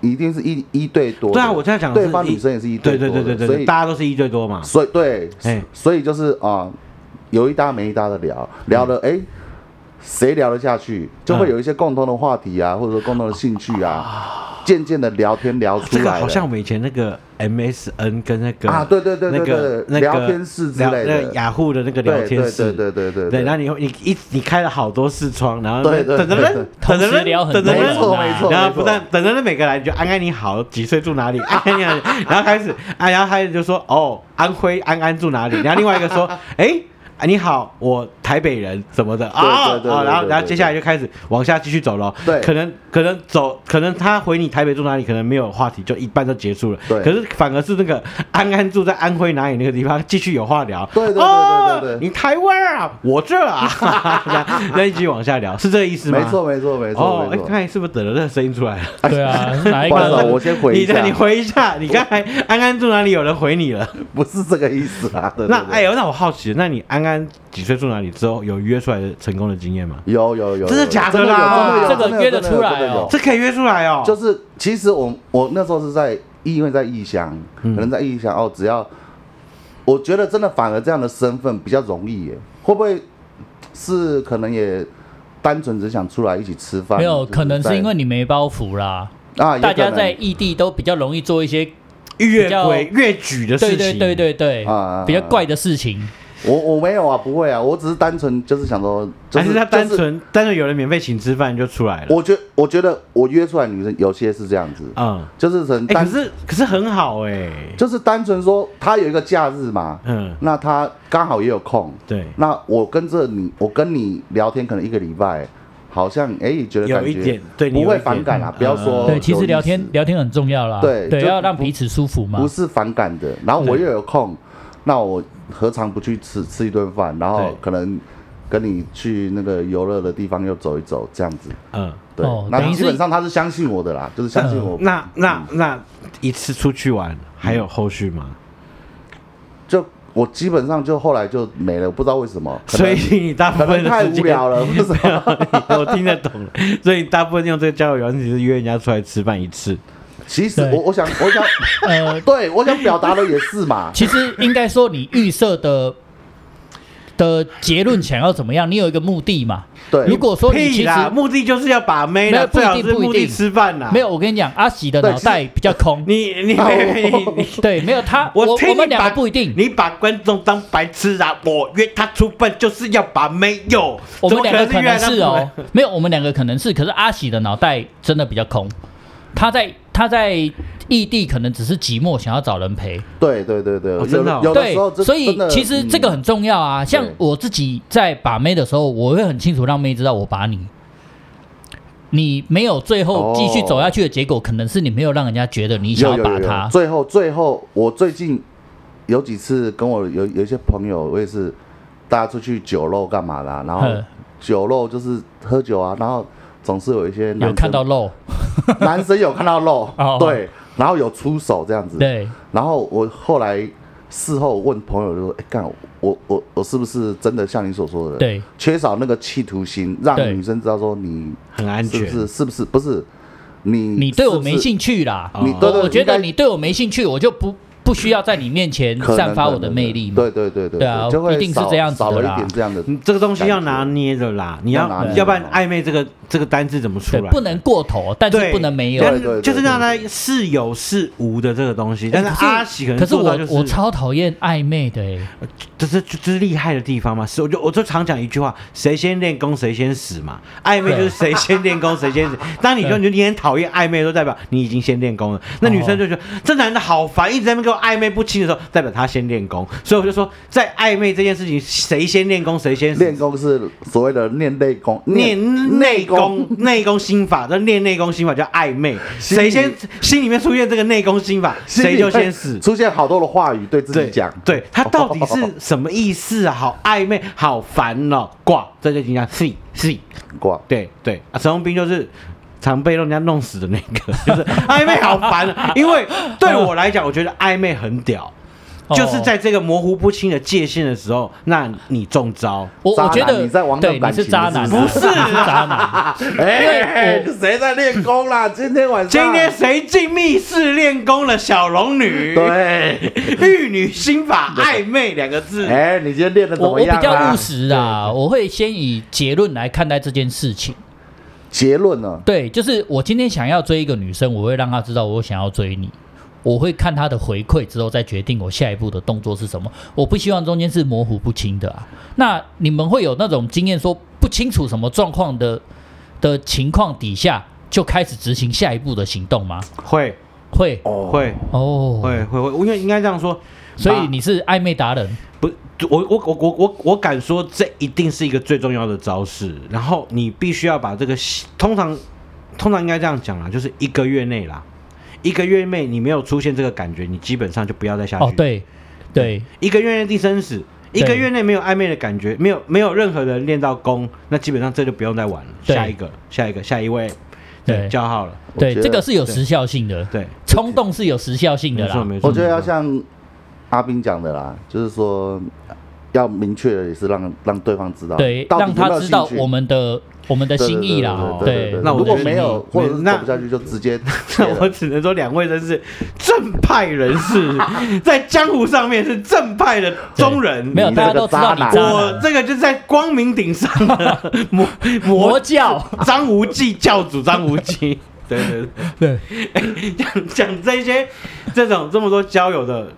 [SPEAKER 2] 你一定是一一对多的。
[SPEAKER 1] 对啊，我在讲的是
[SPEAKER 2] 对方
[SPEAKER 1] 一
[SPEAKER 2] 女生也是一
[SPEAKER 1] 对
[SPEAKER 2] 多
[SPEAKER 1] 对
[SPEAKER 2] 的
[SPEAKER 1] 对对对
[SPEAKER 2] 所以
[SPEAKER 1] 对，大家哎都是一对多嘛。
[SPEAKER 2] 所以对
[SPEAKER 1] 嘿，
[SPEAKER 2] 所以就是啊、有一搭没一搭的聊，聊了哎。诶谁聊得下去，就会
[SPEAKER 1] 嗯
[SPEAKER 2] 有一些共同的话题啊，或者说共同的兴趣啊，渐渐的聊天聊出
[SPEAKER 1] 这
[SPEAKER 2] 来
[SPEAKER 1] 个
[SPEAKER 2] 了。
[SPEAKER 1] 好像我们以前那个 MSN 跟那个
[SPEAKER 2] 啊对对对对
[SPEAKER 1] 那个
[SPEAKER 2] 对
[SPEAKER 1] 那个
[SPEAKER 2] 聊天室之类的
[SPEAKER 1] 聊那个雅虎的那个聊
[SPEAKER 2] 对
[SPEAKER 1] 天
[SPEAKER 2] 对
[SPEAKER 1] 室，
[SPEAKER 2] 对对对对
[SPEAKER 1] 对，然后你会你一你开了好多视窗，然后
[SPEAKER 2] 对对
[SPEAKER 1] 等着
[SPEAKER 2] 对
[SPEAKER 1] 人
[SPEAKER 2] 对，
[SPEAKER 1] 等着
[SPEAKER 3] 同时
[SPEAKER 1] 人，
[SPEAKER 3] 聊很
[SPEAKER 1] 等
[SPEAKER 3] 多
[SPEAKER 1] 着
[SPEAKER 3] 人
[SPEAKER 2] 没
[SPEAKER 1] 人
[SPEAKER 3] 啊，
[SPEAKER 2] 错没错，
[SPEAKER 1] 然后
[SPEAKER 2] 没
[SPEAKER 1] 不
[SPEAKER 2] 错
[SPEAKER 1] 但等着那每个来，你就安安你好，几岁住哪里？ <laughs> 安安你好，然后开始，啊，然后开始就说哦，安徽安安住哪里？然后另外一个说， <laughs> 哎。啊你好，我台北人什么的啊
[SPEAKER 2] 对对对
[SPEAKER 1] 啊，然后
[SPEAKER 2] 对对
[SPEAKER 1] 然后
[SPEAKER 2] 对
[SPEAKER 1] 接下来就开始往下继续走了。
[SPEAKER 2] 对
[SPEAKER 1] 可能可能走，可能他回你台北住哪里，可能没有话题，就一半就结束了。
[SPEAKER 2] 对
[SPEAKER 1] 可是反而是那个安安住在安徽哪里那个地方，继续有话聊。
[SPEAKER 2] 对对对对
[SPEAKER 1] 哦
[SPEAKER 2] 对对
[SPEAKER 1] 你台湾啊，我这啊， <laughs> 那一继续往下聊，是这个意思吗？
[SPEAKER 2] 没错没错没错
[SPEAKER 1] 哦，哎
[SPEAKER 2] 没，
[SPEAKER 1] 刚
[SPEAKER 2] 错。
[SPEAKER 1] 才是不是得了那个声音出来了？
[SPEAKER 3] 对啊，是哪一
[SPEAKER 2] 不好意思啊，
[SPEAKER 3] 个？
[SPEAKER 2] 我先 <laughs> 回一
[SPEAKER 1] 你
[SPEAKER 2] 下
[SPEAKER 1] 的，，你回一下，你刚才安安住哪里？有人回你了。
[SPEAKER 2] 不是这个意思啊。 <laughs> 对对
[SPEAKER 1] 那
[SPEAKER 2] 对
[SPEAKER 1] 哎呦，那我好奇，那你安安几岁住哪里之后有约出来的成功的经验吗？
[SPEAKER 2] 有有有，
[SPEAKER 1] 真的
[SPEAKER 2] 有
[SPEAKER 1] 假的
[SPEAKER 2] 真有
[SPEAKER 1] 啦
[SPEAKER 2] 真的有
[SPEAKER 3] 这个约得
[SPEAKER 2] 真的有
[SPEAKER 3] 出来
[SPEAKER 2] 真的有
[SPEAKER 3] 哦
[SPEAKER 1] 这可以约出来哦。
[SPEAKER 2] 就是其实我我那时候是在因为在异乡，可
[SPEAKER 3] 嗯
[SPEAKER 2] 能在异乡哦，只要我觉得真的反而这样的身份比较容易耶，会不会是可能也单纯只想出来一起吃饭？
[SPEAKER 3] 没有，
[SPEAKER 2] 就
[SPEAKER 3] 可能
[SPEAKER 2] 在
[SPEAKER 3] 是因为你没包袱啦。
[SPEAKER 2] 啊，也
[SPEAKER 3] 大家
[SPEAKER 2] 可能
[SPEAKER 3] 在异地都比较容易做一些，
[SPEAKER 1] 越
[SPEAKER 3] 比较
[SPEAKER 1] 轨越举的事
[SPEAKER 3] 对
[SPEAKER 1] 情。
[SPEAKER 3] 对对对对
[SPEAKER 2] 啊，
[SPEAKER 3] 比较怪的事情。
[SPEAKER 2] 我我没有啊，不会啊，我只是单纯就是想说，就
[SPEAKER 1] 还是
[SPEAKER 2] 是
[SPEAKER 1] 他单。
[SPEAKER 2] 就是
[SPEAKER 1] 纯单纯有人免费请吃饭就出来了。
[SPEAKER 2] 我觉我觉得我约出来女生有些是这样子，
[SPEAKER 3] 啊
[SPEAKER 1] 嗯，
[SPEAKER 2] 就是很
[SPEAKER 1] 哎，
[SPEAKER 2] 单
[SPEAKER 1] 可是可是很好哎。
[SPEAKER 2] 就是单纯说他有一个假日嘛，
[SPEAKER 1] 嗯，
[SPEAKER 2] 那他刚好也有空，
[SPEAKER 1] 对，
[SPEAKER 2] 那我跟着你，我跟你聊天可能一个礼拜，好像哎、也觉得感
[SPEAKER 1] 有
[SPEAKER 2] 觉
[SPEAKER 1] 一点对你
[SPEAKER 2] 不
[SPEAKER 1] 有
[SPEAKER 2] 会
[SPEAKER 1] 一
[SPEAKER 2] 反
[SPEAKER 1] 点
[SPEAKER 2] 感啦、啊
[SPEAKER 1] 嗯
[SPEAKER 2] 不要说
[SPEAKER 1] 哦
[SPEAKER 3] 对，其
[SPEAKER 2] 有
[SPEAKER 3] 实
[SPEAKER 2] 意
[SPEAKER 3] 聊
[SPEAKER 2] 思
[SPEAKER 3] 天聊天很重要啦。
[SPEAKER 2] 对
[SPEAKER 3] 对，
[SPEAKER 2] 就
[SPEAKER 3] 要让
[SPEAKER 2] 不
[SPEAKER 3] 彼此舒服嘛
[SPEAKER 2] 不。是反感的，然后我又有空，那我何尝不去吃吃一顿饭，然后
[SPEAKER 1] 对
[SPEAKER 2] 可能跟你去那个游乐的地方又走一走，这样子。
[SPEAKER 1] 嗯，
[SPEAKER 2] 对，
[SPEAKER 3] 哦等
[SPEAKER 2] 那
[SPEAKER 3] 于是
[SPEAKER 2] 基本上他是相信我的啦，就是相信我，嗯
[SPEAKER 1] 那那那一次出去玩还有后续吗？
[SPEAKER 2] 就我基本上就后来就没了，不知道为什么，可
[SPEAKER 1] 所
[SPEAKER 2] 能
[SPEAKER 1] 以你大部
[SPEAKER 2] 可
[SPEAKER 1] 分
[SPEAKER 2] 能
[SPEAKER 1] 的
[SPEAKER 2] 太
[SPEAKER 1] 时间
[SPEAKER 2] 无
[SPEAKER 1] <laughs>
[SPEAKER 2] 聊了，不知
[SPEAKER 3] <laughs>
[SPEAKER 2] 道。
[SPEAKER 1] 我听得懂了，所以大部分用这个交友软体是约人家出来吃饭一次。
[SPEAKER 2] 其实
[SPEAKER 3] 对
[SPEAKER 2] 我我想我想，
[SPEAKER 3] 呃，
[SPEAKER 2] 对我想表达的也是
[SPEAKER 3] <laughs>
[SPEAKER 2] 嘛，
[SPEAKER 3] 其实应该说你预设的的结论想要怎么样，你有一个目的嘛。
[SPEAKER 2] 对，
[SPEAKER 3] 如果说你
[SPEAKER 1] 屁
[SPEAKER 3] 其实
[SPEAKER 1] 啦，目的就是要把妹
[SPEAKER 3] 没
[SPEAKER 1] 啦，
[SPEAKER 3] 有不
[SPEAKER 1] 最
[SPEAKER 3] 一定
[SPEAKER 1] 好是目
[SPEAKER 3] 不一
[SPEAKER 1] 的
[SPEAKER 3] 定
[SPEAKER 1] 吃饭啦。
[SPEAKER 3] 没，有，我跟你讲，阿喜的
[SPEAKER 2] 对
[SPEAKER 3] 脑袋比较空。
[SPEAKER 1] 你
[SPEAKER 3] <laughs>
[SPEAKER 1] 你
[SPEAKER 2] 啊我
[SPEAKER 1] 你你
[SPEAKER 3] 对，没有他，我
[SPEAKER 1] 我听
[SPEAKER 3] 我们
[SPEAKER 1] 你
[SPEAKER 3] 两
[SPEAKER 1] 把
[SPEAKER 3] 个不一定。
[SPEAKER 1] 你把观众当白痴啊！我约他出饭就是要把妹哟，
[SPEAKER 3] 我们两个可
[SPEAKER 1] 怎么
[SPEAKER 3] 能
[SPEAKER 1] 是约
[SPEAKER 3] 是
[SPEAKER 1] 他出
[SPEAKER 3] 哦
[SPEAKER 1] 饭，，
[SPEAKER 3] 没有，我们两个可能是，可是阿喜的脑袋真的比较空，他在他在异地可能只是寂寞，想要找人陪，
[SPEAKER 2] 对对对对，有
[SPEAKER 1] 真的哦
[SPEAKER 2] 有的
[SPEAKER 3] 对
[SPEAKER 2] 时候，真
[SPEAKER 3] 所以
[SPEAKER 2] 真的
[SPEAKER 3] 其实
[SPEAKER 2] 嗯
[SPEAKER 3] 这个很重要啊。像
[SPEAKER 2] 对
[SPEAKER 3] 我自己在把妹的时候，我会很清楚让妹知道我把你，你没有最后继续走下去的结果，可能是你没有让人家觉得你想
[SPEAKER 2] 有
[SPEAKER 3] 要
[SPEAKER 2] 哦有
[SPEAKER 3] 把
[SPEAKER 2] 有
[SPEAKER 3] 他
[SPEAKER 2] 有，。最后最后我最近有几次跟我有有一些朋友，我也是大家出去酒肉干嘛啦、然后
[SPEAKER 3] 嗯
[SPEAKER 2] 酒肉就是喝酒啊，然后总是有一些男
[SPEAKER 3] 有
[SPEAKER 2] 生
[SPEAKER 3] 看到肉，
[SPEAKER 2] <laughs> 男生有看到肉
[SPEAKER 3] <laughs> 哦，
[SPEAKER 2] 对，然后有出手这样子，
[SPEAKER 3] 对，
[SPEAKER 2] 然后我后来事后问朋友就说：“哎、干我我我是不是真的像你所说的，
[SPEAKER 3] 对，
[SPEAKER 2] 缺少那个企图心，让
[SPEAKER 3] 对
[SPEAKER 2] 女生知道说你
[SPEAKER 1] 很安
[SPEAKER 2] 是不
[SPEAKER 1] 全，
[SPEAKER 2] 是是不是不是你
[SPEAKER 3] 你对我
[SPEAKER 2] 是不是
[SPEAKER 3] 没兴趣啦。
[SPEAKER 2] 你
[SPEAKER 1] 哦
[SPEAKER 2] 对对，
[SPEAKER 3] 我觉
[SPEAKER 2] 应
[SPEAKER 3] 得
[SPEAKER 2] 该
[SPEAKER 3] 你对我没兴趣，我就不不需要在你面前
[SPEAKER 2] 可能
[SPEAKER 3] 散发
[SPEAKER 2] 可
[SPEAKER 3] 我的
[SPEAKER 2] 能
[SPEAKER 3] 魅力嘛。
[SPEAKER 2] 对对对对，
[SPEAKER 3] 对啊
[SPEAKER 2] 就会
[SPEAKER 3] 一定是
[SPEAKER 2] 少
[SPEAKER 3] 这样子
[SPEAKER 2] 少
[SPEAKER 3] 的
[SPEAKER 2] 了
[SPEAKER 3] 啦
[SPEAKER 2] 一点这样的，
[SPEAKER 1] 嗯这个东西要拿捏的啦，你
[SPEAKER 2] 要拿
[SPEAKER 1] 要
[SPEAKER 2] 捏
[SPEAKER 1] 要不然暧昧这个这个单字怎么出
[SPEAKER 3] 对，
[SPEAKER 1] 来？
[SPEAKER 3] 不能过头，但
[SPEAKER 1] 对，
[SPEAKER 3] 是不能没
[SPEAKER 2] 对
[SPEAKER 3] 有。
[SPEAKER 1] 但
[SPEAKER 2] 对对
[SPEAKER 1] 就是
[SPEAKER 2] 对
[SPEAKER 1] 让他是有是无的这个东西。但是
[SPEAKER 3] 哎可是
[SPEAKER 1] 阿喜可能
[SPEAKER 3] 可是
[SPEAKER 1] 做到
[SPEAKER 3] 我
[SPEAKER 1] 就
[SPEAKER 3] 我超讨厌暧昧的欸，
[SPEAKER 1] 这是这是厉害的地方嘛？是，我就我就常讲一句话：谁先练功谁先死嘛。暧昧就是谁先练功谁先死。当你说
[SPEAKER 3] 对
[SPEAKER 1] 你就你很讨厌暧昧，的时候，代表你已经先练功了。那女生就
[SPEAKER 2] 哦
[SPEAKER 1] 觉得这男的好烦，一直在那边跟我暧昧不清的时候，代表他先练功。所以我就说，在暧昧这件事情，谁先练功谁先死。
[SPEAKER 2] <laughs> 练功是所谓的练内功，
[SPEAKER 1] 练内功，内功心法，这练内功心法叫暧昧，
[SPEAKER 2] 心
[SPEAKER 1] 谁
[SPEAKER 2] 里
[SPEAKER 1] 先心里面出现这个内功心法，
[SPEAKER 2] 心里
[SPEAKER 1] 谁就
[SPEAKER 2] 会
[SPEAKER 1] 先死。
[SPEAKER 2] <laughs> 出现好多的话语对自己讲，哦
[SPEAKER 1] 对他到底
[SPEAKER 2] <laughs>
[SPEAKER 1] 是什么意思啊？好 <laughs> 暧昧，好烦哦，挂，这就人家 C C，
[SPEAKER 2] 挂
[SPEAKER 1] 对对啊，陈宏斌就是。常被人家弄死的那个， <laughs> 就是暧昧好烦啊，因为对我来讲，我觉得暧昧很屌，
[SPEAKER 3] 哦
[SPEAKER 1] 就是在这个模糊不清的界限的时候，那你中招。
[SPEAKER 3] 我
[SPEAKER 2] 渣
[SPEAKER 3] 我觉
[SPEAKER 2] 男
[SPEAKER 3] 得
[SPEAKER 2] 你在玩弄
[SPEAKER 3] 对你
[SPEAKER 2] 感
[SPEAKER 3] 是
[SPEAKER 2] 情
[SPEAKER 3] 渣
[SPEAKER 2] 是不
[SPEAKER 3] 男，
[SPEAKER 1] 是啊
[SPEAKER 3] 你是渣男。
[SPEAKER 2] 哎
[SPEAKER 3] 因为，
[SPEAKER 2] 谁在练功啦？今天晚
[SPEAKER 1] 今
[SPEAKER 2] 上，
[SPEAKER 1] 天谁进密室练功了？小龙女，
[SPEAKER 2] 对，
[SPEAKER 1] <laughs> 玉女心法暧昧两个字。
[SPEAKER 2] 哎，你今天练的怎
[SPEAKER 3] 我
[SPEAKER 2] 么
[SPEAKER 3] 我比
[SPEAKER 2] 样
[SPEAKER 3] 较
[SPEAKER 2] 啦
[SPEAKER 3] 务？实啊，我会先以结论来看待这件事情。
[SPEAKER 2] 结论呢？
[SPEAKER 3] 对，就是我今天想要追一个女生，我会让她知道我想要追你，我会看她的回馈之后再决定我下一步的动作是什么。我不希望中间是模糊不清的啊。那你们会有那种经验，说不清楚什么状况的的情况底下就开始执行下一步的行动吗？
[SPEAKER 1] 会
[SPEAKER 3] 会
[SPEAKER 2] 哦
[SPEAKER 1] 会
[SPEAKER 3] 哦，
[SPEAKER 1] 会会会，我应该应该这样说。啊
[SPEAKER 3] 所
[SPEAKER 1] 把
[SPEAKER 3] 以你是暧昧达人，
[SPEAKER 1] 不，我我我我我我敢说，这一定是一个最重要的招式。然后你必须要把这个习，通常通常应该这样讲啦，就是一个月内啦，一个月内你没有出现这个感觉，你基本上就不要再下去。
[SPEAKER 3] 哦，，对对，
[SPEAKER 1] 一个月内第生死，一个月内没有暧昧的感觉，没有没有任何人练到功，那基本上这就不用再玩了。
[SPEAKER 3] 对
[SPEAKER 1] 下一个，下一个，下一位，
[SPEAKER 3] 对
[SPEAKER 1] 叫好了，
[SPEAKER 2] 我
[SPEAKER 3] 对，
[SPEAKER 2] 觉得
[SPEAKER 3] 这个是有
[SPEAKER 1] 对
[SPEAKER 3] 时效性的，
[SPEAKER 1] 对，
[SPEAKER 3] 冲动是有时效性的
[SPEAKER 1] 没错
[SPEAKER 3] 啦。
[SPEAKER 1] 没错。
[SPEAKER 2] 我觉得要
[SPEAKER 1] 没错
[SPEAKER 2] 像阿斌讲的啦，就是说要明确的也是让让对方知道，
[SPEAKER 3] 对，
[SPEAKER 2] 啊到底
[SPEAKER 3] 让
[SPEAKER 2] 有没
[SPEAKER 3] 他
[SPEAKER 2] 有
[SPEAKER 3] 知道
[SPEAKER 2] 兴趣
[SPEAKER 3] 我们的我们的
[SPEAKER 2] 对
[SPEAKER 3] 心意啦。哦
[SPEAKER 2] 对对对对对对
[SPEAKER 1] 那我
[SPEAKER 2] 如果
[SPEAKER 1] 觉得
[SPEAKER 2] 没有
[SPEAKER 1] 你
[SPEAKER 2] 或者是
[SPEAKER 1] 那
[SPEAKER 2] 走不下去，就直接
[SPEAKER 1] 那 <laughs> 我只能说，两位真是正派人士，
[SPEAKER 3] <laughs>
[SPEAKER 1] 在江湖上面是正派的中人。
[SPEAKER 3] 没有，
[SPEAKER 2] 你
[SPEAKER 3] 大
[SPEAKER 2] 这
[SPEAKER 3] 家
[SPEAKER 2] 个
[SPEAKER 3] 都知道你
[SPEAKER 2] 渣男
[SPEAKER 3] 渣
[SPEAKER 1] 我
[SPEAKER 3] 男。
[SPEAKER 1] 这个就在光明顶上
[SPEAKER 3] <laughs>
[SPEAKER 1] 的魔
[SPEAKER 3] 魔
[SPEAKER 1] 魔
[SPEAKER 3] 教，
[SPEAKER 1] 张无忌教主张无忌。对对
[SPEAKER 3] <laughs> 对，
[SPEAKER 1] 对，讲讲这些这种这么多交友的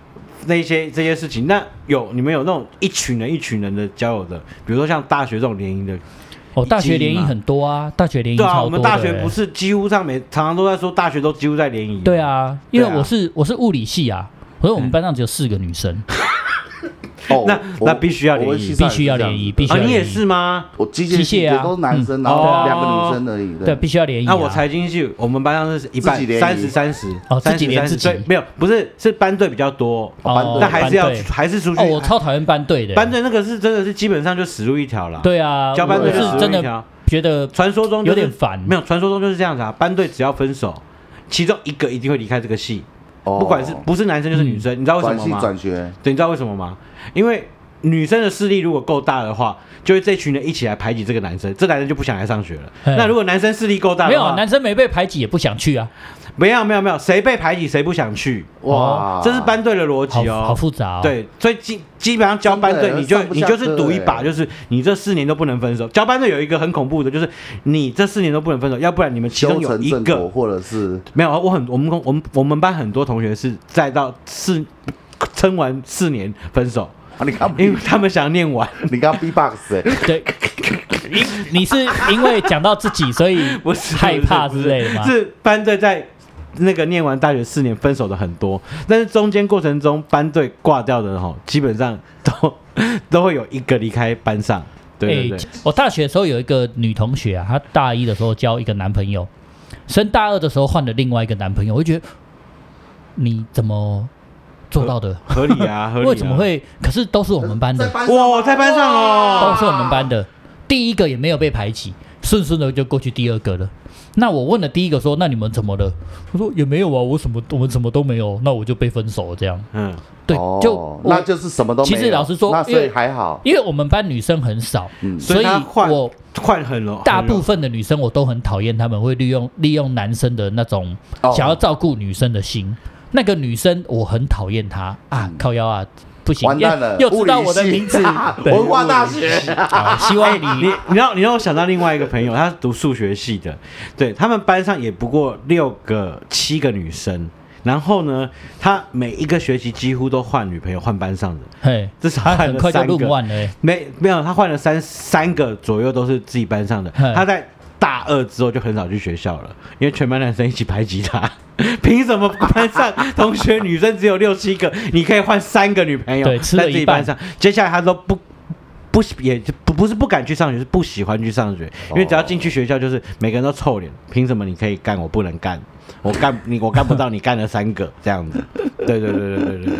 [SPEAKER 1] 那些这些事情，那有你们有那种一群人一群人的交友的，比如说像大学这种联谊的，
[SPEAKER 3] 哦，大学联谊
[SPEAKER 1] 嘛
[SPEAKER 3] 很多啊，大学联谊
[SPEAKER 1] 对啊，
[SPEAKER 3] 超
[SPEAKER 1] 我
[SPEAKER 3] 多的欸。
[SPEAKER 1] 们大学不是几乎上每常常都在说大学都几乎在联谊，
[SPEAKER 3] 对啊，因为
[SPEAKER 1] 对啊
[SPEAKER 2] 嗯
[SPEAKER 3] 我是我是物理系啊，所以我们班上只有四个女生，
[SPEAKER 2] 哦
[SPEAKER 1] 那
[SPEAKER 2] 我
[SPEAKER 1] 那必须要
[SPEAKER 2] 我们
[SPEAKER 1] 联谊
[SPEAKER 2] 系上
[SPEAKER 3] 必须要
[SPEAKER 2] 也是这样
[SPEAKER 3] 联谊，
[SPEAKER 2] 子
[SPEAKER 3] 必须
[SPEAKER 1] 啊，
[SPEAKER 3] 要
[SPEAKER 1] 你也
[SPEAKER 3] 联谊
[SPEAKER 1] 是，吗？
[SPEAKER 2] 我机械
[SPEAKER 3] 机
[SPEAKER 2] 系
[SPEAKER 3] 械啊
[SPEAKER 2] 也都是男生，
[SPEAKER 1] 嗯
[SPEAKER 2] 然后
[SPEAKER 1] 哦
[SPEAKER 2] 两个女生而已。
[SPEAKER 3] 对，必须要联谊啊。
[SPEAKER 1] 那我财经系，我们班上是一半
[SPEAKER 2] 自己联谊
[SPEAKER 1] 三十三十，
[SPEAKER 3] 哦自
[SPEAKER 1] 三
[SPEAKER 3] 己
[SPEAKER 1] 十
[SPEAKER 3] 联
[SPEAKER 1] 三十，
[SPEAKER 3] 自己
[SPEAKER 1] 所以没有不是是班队比较多，
[SPEAKER 2] 班
[SPEAKER 3] 哦
[SPEAKER 2] 队
[SPEAKER 1] 但还是要
[SPEAKER 3] 班队
[SPEAKER 1] 还是出去哎
[SPEAKER 3] 哦，我超讨厌班队的。
[SPEAKER 1] 班队那个是真的是基本上就死路一条了，，
[SPEAKER 3] 对啊，
[SPEAKER 1] 交班
[SPEAKER 3] 我
[SPEAKER 1] 队
[SPEAKER 2] 对
[SPEAKER 1] 就
[SPEAKER 2] 啊
[SPEAKER 1] 死
[SPEAKER 3] 是
[SPEAKER 1] 路
[SPEAKER 3] 真
[SPEAKER 1] 一
[SPEAKER 3] 的
[SPEAKER 1] 条。
[SPEAKER 3] 觉得
[SPEAKER 1] 传说中、就
[SPEAKER 3] 有
[SPEAKER 1] 是、
[SPEAKER 3] 点烦
[SPEAKER 1] 没有传说中就是这样子啊，班队只要分手，其中一个一定会离开这个系，
[SPEAKER 2] 哦
[SPEAKER 1] 不管是不是男生就是女
[SPEAKER 3] 嗯
[SPEAKER 1] 生，你知道为什
[SPEAKER 2] 转
[SPEAKER 1] 么
[SPEAKER 2] 系
[SPEAKER 1] 吗？
[SPEAKER 2] 转学，
[SPEAKER 1] 对，你知道为什么吗？因为女生的势力如果够大的话，就会这群人一起来排挤这个男生，这男生就不想来上学了。
[SPEAKER 3] 嘿
[SPEAKER 1] 那如果男生势力够大
[SPEAKER 3] 没
[SPEAKER 1] 的
[SPEAKER 3] 有啊
[SPEAKER 1] 话，
[SPEAKER 3] 男生没被排挤也不想去啊，
[SPEAKER 1] 没有没有没有，谁被排挤谁不想去，
[SPEAKER 2] 哇，
[SPEAKER 1] 这是班队的逻
[SPEAKER 3] 好
[SPEAKER 1] 辑
[SPEAKER 3] 好
[SPEAKER 1] 哦。
[SPEAKER 3] 复杂哦。
[SPEAKER 1] 对，所以基基本上交班队
[SPEAKER 2] 真，的
[SPEAKER 1] 你就
[SPEAKER 2] 上不
[SPEAKER 1] 你
[SPEAKER 2] 下
[SPEAKER 1] 就是赌一把，
[SPEAKER 2] 课欸
[SPEAKER 1] 就是你这四年都不能分手。交班队有一个很恐怖的，就是你这四年都不能分手，要不然你们其
[SPEAKER 2] 修
[SPEAKER 1] 中有
[SPEAKER 2] 成
[SPEAKER 1] 一
[SPEAKER 2] 正
[SPEAKER 1] 个
[SPEAKER 2] 果，或者是
[SPEAKER 1] 没有，我很我们公我们我们班很多同学是再到四撑完四年分手，
[SPEAKER 2] 啊，你刚
[SPEAKER 1] 因为他们想念完。
[SPEAKER 2] 你刚 B box 哎，
[SPEAKER 3] 对， <laughs> 你你是因为讲到自己，所以
[SPEAKER 1] <laughs> 不是
[SPEAKER 3] 害怕
[SPEAKER 1] 不是
[SPEAKER 3] 之类的吗？
[SPEAKER 1] 是班队在那个念完大学四年分手的很多，但是中间过程中班队挂掉的哈，基本上都 <laughs> 都会有一个离开班上。对对对，
[SPEAKER 3] 欸我大学的时候有一个女同学啊，她大一的时候交一个男朋友，升大二的时候换了另外一个男朋友，我就觉得你怎么做到的？
[SPEAKER 1] 合理啊，合理、啊。
[SPEAKER 3] <laughs> 为什么？会？可是都是我们班的
[SPEAKER 2] 在，班上
[SPEAKER 1] 哇，在班上
[SPEAKER 3] 都
[SPEAKER 1] 哦，
[SPEAKER 3] 是我们班的，第一个也没有被排挤，顺顺的就过去第二个了。那我问了第一个说：“那你们怎么了？”我说：“也没有啊，我什么我们什么都没有，那我就被分手了这样。
[SPEAKER 1] 嗯，”
[SPEAKER 3] 对，
[SPEAKER 2] 哦
[SPEAKER 3] 就我
[SPEAKER 2] 那就是什么都没有
[SPEAKER 3] 其实老实说
[SPEAKER 2] 那所
[SPEAKER 3] 因
[SPEAKER 2] 以
[SPEAKER 3] 为
[SPEAKER 2] 还好，
[SPEAKER 3] 因为我们班女生很少，
[SPEAKER 2] 嗯
[SPEAKER 1] 所
[SPEAKER 3] 所
[SPEAKER 1] 以
[SPEAKER 3] 以
[SPEAKER 1] 他换
[SPEAKER 3] 我
[SPEAKER 1] 换很容，哦
[SPEAKER 3] 大
[SPEAKER 1] 很容
[SPEAKER 3] 部分啊的女生我都很讨厌，她们会利用利用男生的那种
[SPEAKER 2] 哦
[SPEAKER 3] 想要照顾女生的心。那个女生我很讨厌她啊，
[SPEAKER 1] 嗯
[SPEAKER 3] 靠腰啊，不行，
[SPEAKER 2] 完蛋了，
[SPEAKER 3] 又又知道
[SPEAKER 2] 物理
[SPEAKER 3] 我的
[SPEAKER 2] 系，
[SPEAKER 3] 名字
[SPEAKER 2] <laughs>
[SPEAKER 3] 对
[SPEAKER 2] 文化大学，
[SPEAKER 1] 啊
[SPEAKER 3] 好希望 <laughs> 你
[SPEAKER 1] 哎你你让你让我想到另外一个朋友，他是读数学系的，对他们班上也不过六个七个女生，然后呢，他每一个学期几乎都换女朋友，换班上的，
[SPEAKER 3] 嘿，
[SPEAKER 1] 至少
[SPEAKER 3] 她
[SPEAKER 1] 换
[SPEAKER 3] 很
[SPEAKER 1] 了
[SPEAKER 3] 快就
[SPEAKER 1] 三
[SPEAKER 3] 论
[SPEAKER 1] 个，
[SPEAKER 3] 万了欸，
[SPEAKER 1] 没没有他换了三三个左右都是自己班上的，
[SPEAKER 3] 嗯
[SPEAKER 1] 他在。大二之后就很少去学校了，因为全班男生一起排挤他。 <laughs> 凭什么班上同学女生只有六七个，你可以换三个女朋友
[SPEAKER 3] 对吃了
[SPEAKER 1] 在自己
[SPEAKER 3] 一半
[SPEAKER 1] 班上？接下来他都不不喜也就不不是不敢去上学，是不喜欢去上学，因为只要进去学校就是每个人都臭脸，凭什么你可以干，我不能干？我干 <laughs> 你，我干不到，你干了三个这样子。对对对对对对对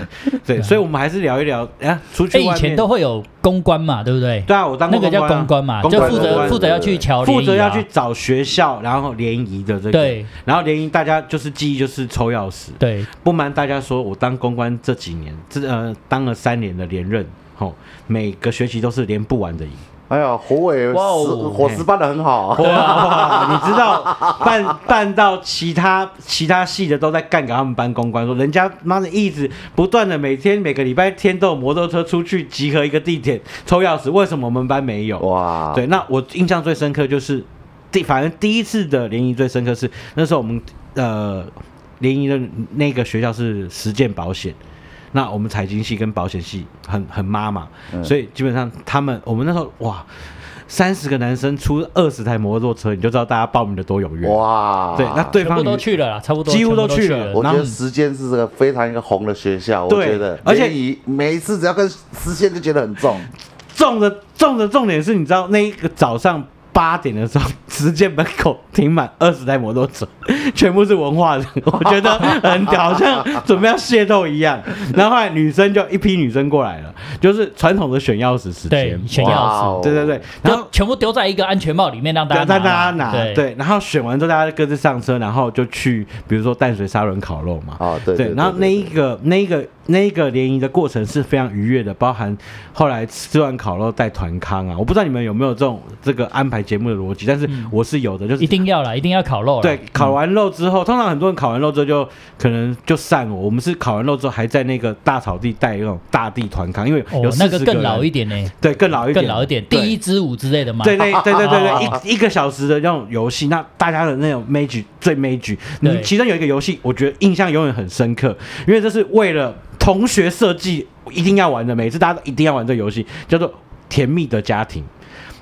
[SPEAKER 1] 对，所以我们还是聊一聊，哎，出去
[SPEAKER 3] 哎，
[SPEAKER 1] 外面
[SPEAKER 3] 以前都会有公关嘛，对不对？
[SPEAKER 1] 对啊，我当过
[SPEAKER 3] 那个叫
[SPEAKER 1] 啊
[SPEAKER 3] 公关嘛，
[SPEAKER 1] 公
[SPEAKER 3] 就
[SPEAKER 1] 关
[SPEAKER 3] 负
[SPEAKER 2] 公
[SPEAKER 3] 责
[SPEAKER 2] 关
[SPEAKER 3] 负责要去桥联谊啊
[SPEAKER 1] 负责要去找学校，然后联谊的这个，
[SPEAKER 3] 对，
[SPEAKER 1] 然后联谊大家就是记忆就是抽钥匙。
[SPEAKER 3] 对，
[SPEAKER 1] 不瞒大家说，我当公关这几年，这呃当了三年的连任，吼，每个学期都是连不完的赢。
[SPEAKER 2] 哎呀，火尾
[SPEAKER 3] 哇哦
[SPEAKER 2] 石伙食办的很好啊，
[SPEAKER 1] 哇，你知道办办到其他其他系的都在干搞他们班公关，说人家妈的一直不断的每天每个礼拜天都有摩托车出去集合一个地点抽钥匙，为什么我们班没有？
[SPEAKER 2] 哇，
[SPEAKER 1] 对，那我印象最深刻就是第，反正第一次的联谊最深刻是那时候我们呃联谊的那个学校是实践保险，那我们财经系跟保险系很很妈嘛，
[SPEAKER 2] 嗯
[SPEAKER 1] 所以基本上他们我们那时候哇，三十个男生出二十台摩托车，你就知道大家报名的多踊跃。
[SPEAKER 2] 哇，
[SPEAKER 1] 对，那对
[SPEAKER 3] 全部
[SPEAKER 1] 方
[SPEAKER 3] 都
[SPEAKER 1] 女
[SPEAKER 3] 去了啦，差不多
[SPEAKER 1] 几乎
[SPEAKER 3] 全部
[SPEAKER 1] 都
[SPEAKER 3] 都
[SPEAKER 1] 去了
[SPEAKER 3] 了。
[SPEAKER 2] 我觉
[SPEAKER 1] 然后
[SPEAKER 2] 得实践是这个非常一个红的学校，我
[SPEAKER 1] 对
[SPEAKER 2] 觉得，
[SPEAKER 1] 而且
[SPEAKER 2] 联谊每一次只要跟实践就觉得很重，
[SPEAKER 1] 重的重的重点是，你知道那一个早上八点的时候，直接门口停满二十台摩托车，全部是文化人， <laughs> 我觉得很屌，好像准备要械斗一样。然后后来女生就一批女生过来了，就是传统的选钥匙时
[SPEAKER 3] 对
[SPEAKER 1] 间，，
[SPEAKER 3] 选钥
[SPEAKER 2] 哇
[SPEAKER 3] 匙
[SPEAKER 2] 哦，
[SPEAKER 1] 对对对，然
[SPEAKER 3] 然后
[SPEAKER 1] 后。
[SPEAKER 3] 全部丢在一个安全帽里面让大
[SPEAKER 1] 让
[SPEAKER 3] 家拿
[SPEAKER 1] 大
[SPEAKER 3] 啦，
[SPEAKER 1] 家拿对，然后选完之后，大家各自上车，然后就去，比如说淡水沙轮烤肉嘛，
[SPEAKER 2] 哦，对对，
[SPEAKER 1] 然后那一个、那一个、那一个联谊的过程是非常愉悦的，包含后来吃完烤肉带团康啊，我不知道你们有没有这种这个安排节目的逻辑，但是我是有的，就是
[SPEAKER 3] 嗯一定啊要啦，一定要烤肉啦。
[SPEAKER 1] 对，
[SPEAKER 2] 嗯
[SPEAKER 1] 烤完肉之后，通常很多人烤完肉之后就可能就散了。我们是烤完肉之后还在那个大草地带那种大地团康，因为有
[SPEAKER 3] 哦，
[SPEAKER 1] 40
[SPEAKER 3] 那个更
[SPEAKER 1] 人
[SPEAKER 3] 老一，点呢，
[SPEAKER 1] 对，更老一点，
[SPEAKER 3] 更老一点，
[SPEAKER 1] 对
[SPEAKER 3] 第一支舞之类的嘛。 <laughs>
[SPEAKER 1] 对对对对对
[SPEAKER 3] 哦
[SPEAKER 1] 对，一一个小时的那种游戏，那大家的那种 magic 最 magic，你
[SPEAKER 3] 对
[SPEAKER 1] 其中有一个游戏，我觉得印象永远很深刻，因为这是为了同学设计一定要玩的，每次大家都一定要玩这个游戏，叫做《甜蜜的家庭》。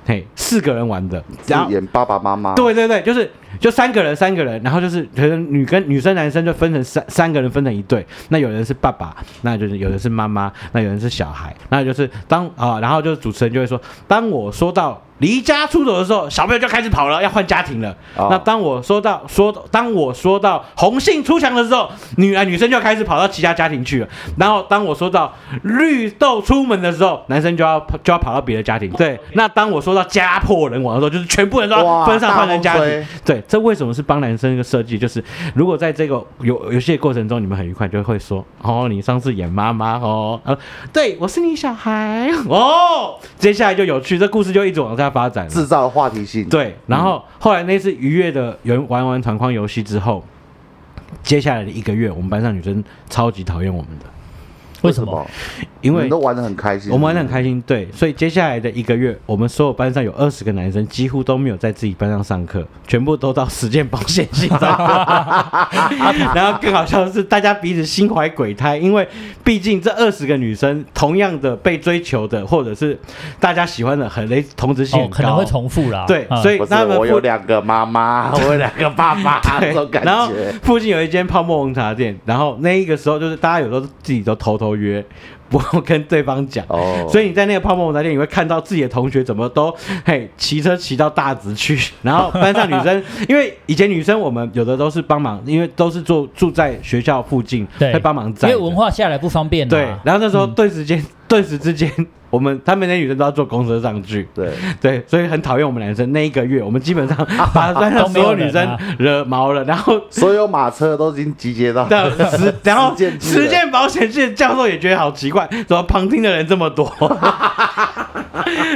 [SPEAKER 1] 嘿，四个人玩的，
[SPEAKER 2] 是
[SPEAKER 1] 然后
[SPEAKER 2] 演爸爸妈妈，，
[SPEAKER 1] 对对对，就是就三个人，三个人，然后就是可能女跟女生男生就分成三三个人分成一队，那有人是爸爸，那就是有人是妈妈，那有人是小孩，那就是当啊、然后就是主持人就会说，当我说到离家出走的时候，小朋友就开始跑了，要换家庭了。
[SPEAKER 2] 哦
[SPEAKER 1] 那当我说到说当我说到红杏出墙的时候，女啊女生就开始跑到其他家庭去了。然后当我说到绿豆出门的时候，男生就要就要跑到别的家庭。对，那当我说到家破人亡的时候，就是全部人都要
[SPEAKER 2] 哇
[SPEAKER 1] 分散换成家
[SPEAKER 2] 大
[SPEAKER 1] 庭
[SPEAKER 2] 风。
[SPEAKER 1] 对，这为什么是帮男生一个设计？就是如果在这个游游戏的过程中，你们很愉快，就会说：“哦，你上次演妈妈哦，啊，对我是你小孩 <laughs> 哦。”接下来就有趣，这故事就一直往下发展了。
[SPEAKER 2] 制造话题性，，
[SPEAKER 1] 对，然后后来那次愉悦的玩玩完团框游戏之后，接下来的一个月，我们班上女生超级讨厌我们的，
[SPEAKER 3] 为什么？？哦
[SPEAKER 1] 因
[SPEAKER 2] 哦你
[SPEAKER 1] 为
[SPEAKER 2] 们都玩得很开心，
[SPEAKER 1] 我们玩的很开心，对，所以接下来的一个月，我们所有班上有二十个男生，几乎都没有在自己班上上课，全部都到实践保险系上课。然后更好笑的是，大家彼此心怀鬼胎，因为毕竟这二十个女生，同样的被追求的，或者是大家喜欢的，很雷同质性
[SPEAKER 3] 哦
[SPEAKER 1] 很，高，
[SPEAKER 3] 可能会重复啦。
[SPEAKER 1] 对
[SPEAKER 3] 嗯
[SPEAKER 1] 所以
[SPEAKER 2] 不是，
[SPEAKER 1] 那他们
[SPEAKER 2] 我有
[SPEAKER 1] 父
[SPEAKER 2] 两个
[SPEAKER 1] <laughs>
[SPEAKER 2] 妈妈，我有两个爸爸，这种感
[SPEAKER 1] 然后
[SPEAKER 2] 觉。
[SPEAKER 1] 附近有一间泡沫红茶店，然后那一个时候就是大家有时候自己都偷偷约，不跟对方讲。
[SPEAKER 2] 哦
[SPEAKER 1] 所以你在那个泡沫红茶店，你会看到自己的同学怎么都嘿骑车骑到大直去， <laughs> 然后班上女生，因为以前女生我们有的都是帮忙，因为都是住住在学校附近，
[SPEAKER 3] 对，
[SPEAKER 1] 会帮忙
[SPEAKER 3] 因
[SPEAKER 1] 载
[SPEAKER 3] 为
[SPEAKER 1] 的。
[SPEAKER 3] 文化下来不方便啊。
[SPEAKER 1] 对，然后那时候顿时间， <laughs> 顿时之间，我们他们那些女生都要坐公车上去，
[SPEAKER 2] 对，
[SPEAKER 1] 对，所以很讨厌我们男生。那一个月，我们基本上把班上
[SPEAKER 3] 啊都没
[SPEAKER 1] 所
[SPEAKER 3] 有
[SPEAKER 1] 有女
[SPEAKER 3] 人
[SPEAKER 1] 生
[SPEAKER 3] 啊
[SPEAKER 1] 惹毛了，然后
[SPEAKER 2] 所有马车都已经集结到，
[SPEAKER 1] <laughs> 的实，然后
[SPEAKER 2] 实践技能
[SPEAKER 1] 实践保险系的教授也觉得好奇怪，怎么旁听的人这么多？ <laughs>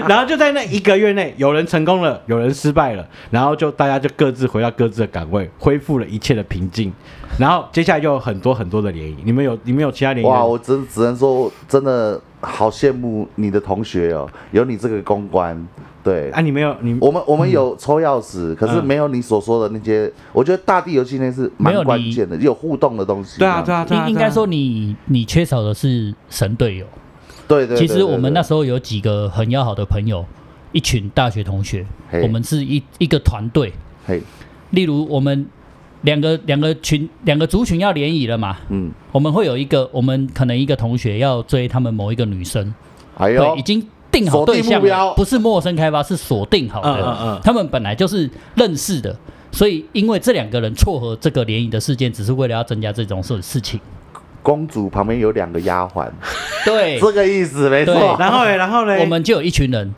[SPEAKER 1] 然后就在那一个月内，有人成功了，有人失败了，然后就大家就各自回到各自的岗位，恢复了一切的平静。然后接下来就有很多很多的联谊，你们有你们有其他联谊吗？
[SPEAKER 2] 哇！我真只能说，真的好羡慕你的同学哦，有你这个公关。对，
[SPEAKER 1] 啊，你没有你嗯
[SPEAKER 2] 我们我们有抽钥匙，可是没有你所说的那些。我觉得大地游戏那是蛮关键的，有互动的东西。
[SPEAKER 1] 对啊对
[SPEAKER 2] 啊，
[SPEAKER 1] 啊对啊，
[SPEAKER 3] 应应
[SPEAKER 1] 对啊
[SPEAKER 3] 该说你你缺少的是神队友。
[SPEAKER 2] 对对。
[SPEAKER 3] 其
[SPEAKER 2] 对
[SPEAKER 3] 实我们那时候有几个很要好的朋友，一群大学同学，
[SPEAKER 2] 嘿
[SPEAKER 3] 我们是一一个团队。
[SPEAKER 2] 嘿，
[SPEAKER 3] 例如我们两个两个群两个族群要联谊了嘛，
[SPEAKER 2] 嗯，
[SPEAKER 3] 我们会有一个我们可能一个同学要追他们某一个女生，
[SPEAKER 2] 还有
[SPEAKER 3] 对，已经定好对
[SPEAKER 2] 哦锁定
[SPEAKER 3] 象
[SPEAKER 2] 目标
[SPEAKER 3] 了，不是陌生开发，是锁定好
[SPEAKER 1] 嗯嗯嗯
[SPEAKER 3] 的。他们本来就是认识的，所以因为这两个人撮合这个联谊的事件，只是为了要增加这种事事情。
[SPEAKER 2] 公主旁边有两个丫鬟，
[SPEAKER 3] 对，
[SPEAKER 2] 这个意思没错。
[SPEAKER 3] 对
[SPEAKER 1] 然后嘞，然后嘞，
[SPEAKER 3] 我们就有一群人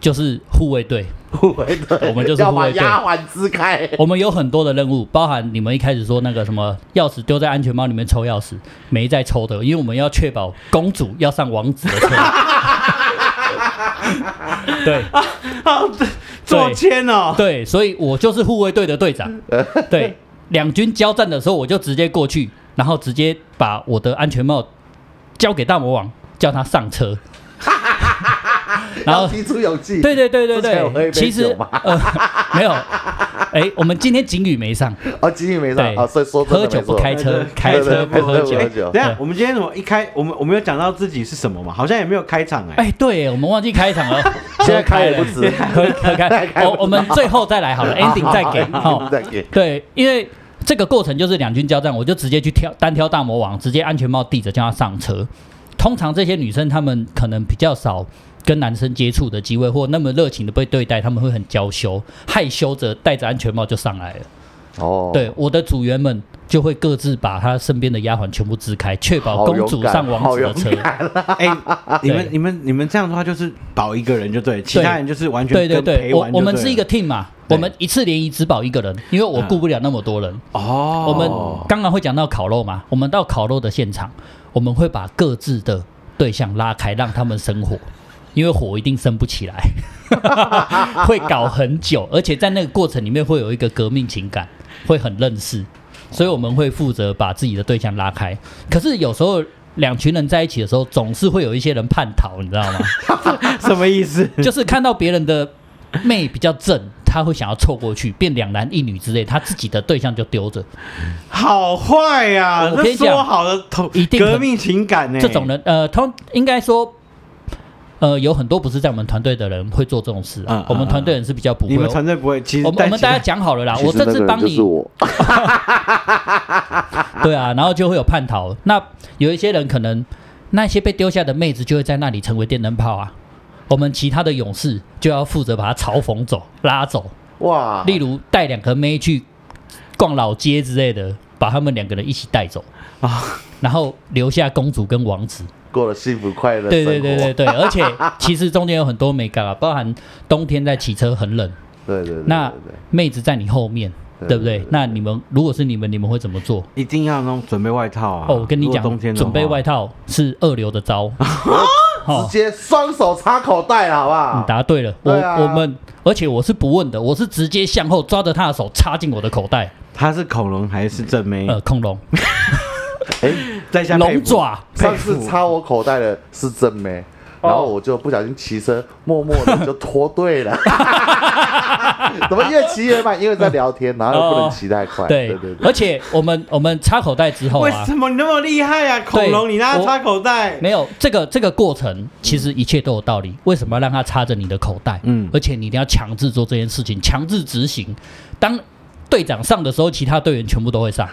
[SPEAKER 3] 就是护卫队，
[SPEAKER 2] 对
[SPEAKER 3] 我们就是
[SPEAKER 2] 要
[SPEAKER 3] 护
[SPEAKER 2] 把
[SPEAKER 3] 卫队
[SPEAKER 2] 丫鬟支开。
[SPEAKER 3] 我们有很多的任务，包含你们一开始说那个什么钥匙丢在安全帽里面抽钥匙，没在抽的，因为我们要确保公主要上王子的车。对
[SPEAKER 1] 啊左肩哦，
[SPEAKER 3] <laughs> 对，所以我就是护卫队的队长。
[SPEAKER 2] 嗯
[SPEAKER 3] <laughs> 对，两军交战的时候，我就直接过去，然后直接把我的安全帽交给大魔王，叫他上
[SPEAKER 2] <laughs>
[SPEAKER 3] 车。然后
[SPEAKER 2] 要提出勇气。
[SPEAKER 3] 对对对对
[SPEAKER 2] 之前有喝一杯
[SPEAKER 3] 对，其实
[SPEAKER 2] 酒吗
[SPEAKER 3] 呃 <laughs> 没有，哎，我们今天警语没上，
[SPEAKER 2] 哦，今天没上
[SPEAKER 3] 对
[SPEAKER 2] 啊，所以说真的
[SPEAKER 3] 喝酒
[SPEAKER 2] 没错
[SPEAKER 3] 不开车，开车不喝酒
[SPEAKER 2] 对对对对对。
[SPEAKER 1] 哎，
[SPEAKER 2] 酒
[SPEAKER 1] 等一下，我们今天怎么一开，我们我们有讲到自己是什么嘛？好像也没有开场哎。
[SPEAKER 3] 哎，对，我们忘记开场了，
[SPEAKER 2] <laughs> 现在开也不
[SPEAKER 3] <laughs>
[SPEAKER 2] 止，
[SPEAKER 3] 喝
[SPEAKER 2] <laughs> 再
[SPEAKER 3] 喝开，
[SPEAKER 2] 开
[SPEAKER 3] 我我们最后再来好了，ending 再给
[SPEAKER 2] <laughs> 好
[SPEAKER 3] 哈。
[SPEAKER 2] 再给。
[SPEAKER 3] 对，因为这个过程就是两军交战，我就直接去挑单挑大魔王，直接安全帽递着叫他上车。通常这些女生她们可能比较少跟男生接触的机会，或那么热情的被对待，她们会很娇羞、害羞着戴着安全帽就上来了。
[SPEAKER 2] 哦，
[SPEAKER 3] 对，我的组员们就会各自把他身边的丫鬟全部支开，确保
[SPEAKER 2] 好
[SPEAKER 3] 公
[SPEAKER 2] 勇
[SPEAKER 3] 主
[SPEAKER 2] 敢
[SPEAKER 3] 上王
[SPEAKER 2] 好
[SPEAKER 3] 子的
[SPEAKER 2] 勇
[SPEAKER 3] 车。
[SPEAKER 2] 敢
[SPEAKER 1] <laughs> 哎、你们
[SPEAKER 3] 对
[SPEAKER 1] 你们你们这样的话就是保一个人就对，其他人就是完全
[SPEAKER 3] 对对
[SPEAKER 1] 跟陪
[SPEAKER 3] 对，我
[SPEAKER 1] 玩就
[SPEAKER 3] 我们
[SPEAKER 1] 对
[SPEAKER 3] 是一
[SPEAKER 1] 了
[SPEAKER 3] 个 team 嘛，
[SPEAKER 1] 对
[SPEAKER 3] 我们一次联谊只保一个人，因为我顾不了那么多人。
[SPEAKER 1] 哦，
[SPEAKER 3] 我们刚刚会讲到烤肉嘛，我们到烤肉的现场，我们会把各自的对象拉开，让他们生火，因为火一定生不起来， <laughs> 会搞很久，而且在那个过程里面会有一个革命情感，会很认识，所以我们会负责把自己的对象拉开。可是有时候。两群人在一起的时候，总是会有一些人叛逃，你知道吗？
[SPEAKER 1] <laughs> 什么意
[SPEAKER 3] <laughs>
[SPEAKER 1] 思？
[SPEAKER 3] 就是看到别人的妹比较正，他会想要凑过去，变两男一女之类，他自己的对象就丢着。
[SPEAKER 1] 好坏呀、啊！
[SPEAKER 3] 我
[SPEAKER 1] 这
[SPEAKER 3] 跟你讲
[SPEAKER 1] 说好的同
[SPEAKER 3] 一定很
[SPEAKER 1] 革命情感呢、
[SPEAKER 3] 这种人，呃，通应该说，呃，有很多不是在我们团队的人会做这种事啊。
[SPEAKER 1] 嗯嗯
[SPEAKER 3] 我们团队人是比较不会。
[SPEAKER 1] 你们团队不会，其实
[SPEAKER 3] 我们我们大家
[SPEAKER 1] 带起
[SPEAKER 3] 讲好了啦，
[SPEAKER 2] 其
[SPEAKER 3] 我
[SPEAKER 2] 实那
[SPEAKER 3] 这
[SPEAKER 2] 个
[SPEAKER 3] 次
[SPEAKER 2] 人
[SPEAKER 3] 帮
[SPEAKER 2] 就
[SPEAKER 3] 你
[SPEAKER 2] 是，我，
[SPEAKER 3] 对啊，然后就会有叛逃。那有一些人可能那些被丢下的妹子就会在那里成为电灯泡啊，我们其他的勇士就要负责把他嘲讽走、拉走。
[SPEAKER 2] 哇，
[SPEAKER 1] 啊
[SPEAKER 3] 例如带两个妹去逛老街之类的，把他们两个人一起带走
[SPEAKER 1] 啊
[SPEAKER 3] 啊，然后留下公主跟王子。
[SPEAKER 2] 过了幸福快乐的
[SPEAKER 3] 对
[SPEAKER 2] 生活，
[SPEAKER 3] 对对对对，而且其实中间有很多美感啊，包含冬天在骑车很冷，
[SPEAKER 2] 对对对，
[SPEAKER 3] 那
[SPEAKER 2] 对对
[SPEAKER 3] 妹子在你后面，
[SPEAKER 2] 对
[SPEAKER 3] 对不对
[SPEAKER 2] 对对？
[SPEAKER 3] 那你们如果是你们，你们会怎么做？
[SPEAKER 1] <laughs> 一定要弄准备外套啊！
[SPEAKER 3] 哦，我跟你
[SPEAKER 1] 如果冬
[SPEAKER 3] 讲，
[SPEAKER 1] 天的话
[SPEAKER 3] 准备外套是二流的招。
[SPEAKER 2] 直
[SPEAKER 3] 好，
[SPEAKER 2] 接双手插口袋了，好不
[SPEAKER 3] 你
[SPEAKER 2] 好？
[SPEAKER 3] 答对了，我
[SPEAKER 2] 对啊
[SPEAKER 3] 我们，而且我是不问的，我是直接向后抓着他的手插进我的口袋，
[SPEAKER 1] 他是恐龙还是正妹？
[SPEAKER 3] 呃，恐龙
[SPEAKER 2] 哎，
[SPEAKER 1] 嗯在下佩
[SPEAKER 3] 龙
[SPEAKER 1] 服，
[SPEAKER 3] 爪，
[SPEAKER 2] 上次插我口袋的是真妹，然后我就不小心骑车，默默的就脱队了。怎么越骑越慢？因为在聊天，然后又不能骑太快。
[SPEAKER 3] 对
[SPEAKER 2] 对对对，
[SPEAKER 3] 而且我们我们插口袋之后
[SPEAKER 1] 为
[SPEAKER 3] 啊
[SPEAKER 1] 什，么你那么厉害啊？恐龙，
[SPEAKER 3] 对
[SPEAKER 1] 你让他
[SPEAKER 3] 我
[SPEAKER 1] 插口袋，
[SPEAKER 3] 没有这个这个过程，其实一切都有道理。为什么要让它插着你的口袋？
[SPEAKER 1] 嗯
[SPEAKER 3] 而且你一定要强制做这件事情，强制执行。当队长上的时候，其他队员全部都
[SPEAKER 1] <laughs>
[SPEAKER 3] 会上。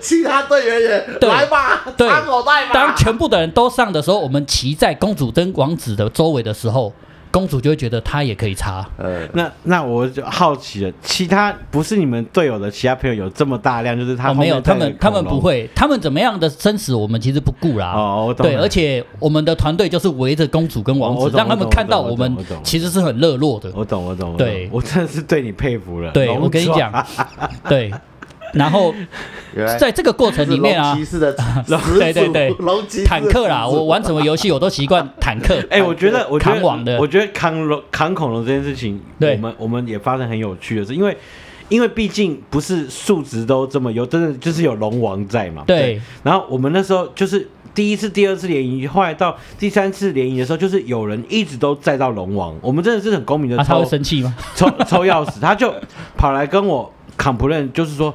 [SPEAKER 2] 其他队员也
[SPEAKER 3] 对
[SPEAKER 2] 来吧，
[SPEAKER 3] 对
[SPEAKER 2] 插口袋吧。
[SPEAKER 3] 当全部的人都上的时候，我们骑在公主跟王子的周围的时候，公主就会觉得她也可以插。
[SPEAKER 2] 呃，
[SPEAKER 1] 那那我就好奇了，其他不是你们队友的其他朋友有这么大量，就是他
[SPEAKER 3] 哦，
[SPEAKER 1] 后面
[SPEAKER 3] 没有，
[SPEAKER 1] 带
[SPEAKER 3] 他
[SPEAKER 1] 的
[SPEAKER 3] 们他们
[SPEAKER 1] 恐龙
[SPEAKER 3] 不。会，他们怎么样的生死我们其实不顾啦。
[SPEAKER 1] 哦我懂
[SPEAKER 3] 对，
[SPEAKER 1] 了
[SPEAKER 3] 而且我们的团队就是围着公主跟王
[SPEAKER 1] 哦我
[SPEAKER 3] 子，
[SPEAKER 1] 懂
[SPEAKER 3] 让他们看到
[SPEAKER 1] 我懂
[SPEAKER 3] 我们
[SPEAKER 1] 我懂我懂
[SPEAKER 3] 其实是很热络的。
[SPEAKER 1] 我懂，我懂，我懂
[SPEAKER 3] 对
[SPEAKER 1] 我真的是对你佩服了。
[SPEAKER 3] 对，
[SPEAKER 1] 龙
[SPEAKER 3] 我跟你
[SPEAKER 1] 爪
[SPEAKER 3] 讲，对。然后
[SPEAKER 2] 原来
[SPEAKER 3] 在这个过程
[SPEAKER 2] 是
[SPEAKER 3] 里面
[SPEAKER 2] 龙
[SPEAKER 3] 啊
[SPEAKER 2] 骑，士的始
[SPEAKER 3] <laughs>
[SPEAKER 2] 祖，
[SPEAKER 3] 对对对
[SPEAKER 2] 龙骑士的
[SPEAKER 3] 坦克啦，
[SPEAKER 2] 始祖
[SPEAKER 3] 我玩什么游戏我都习惯坦克。
[SPEAKER 1] <laughs> 哎、我觉得，我觉
[SPEAKER 3] 呃扛网
[SPEAKER 1] 得，
[SPEAKER 3] 的
[SPEAKER 1] 我觉得扛龙扛恐龙这件事情，
[SPEAKER 3] 对
[SPEAKER 1] 我们我们也发生很有趣的事，因为因为毕竟不是数值都这么有，真的就是有龙王在嘛。
[SPEAKER 3] 对
[SPEAKER 1] 然后我们那时候就是第一次、第二次联谊，后来到第三次联谊的时候，就是有人一直都载到龙王，我们真的是很公平的
[SPEAKER 3] 啊，他
[SPEAKER 1] 超、
[SPEAKER 3] 会生气吗？
[SPEAKER 1] 抽 <laughs> 抽钥匙，他就跑来跟我 complain，就是说。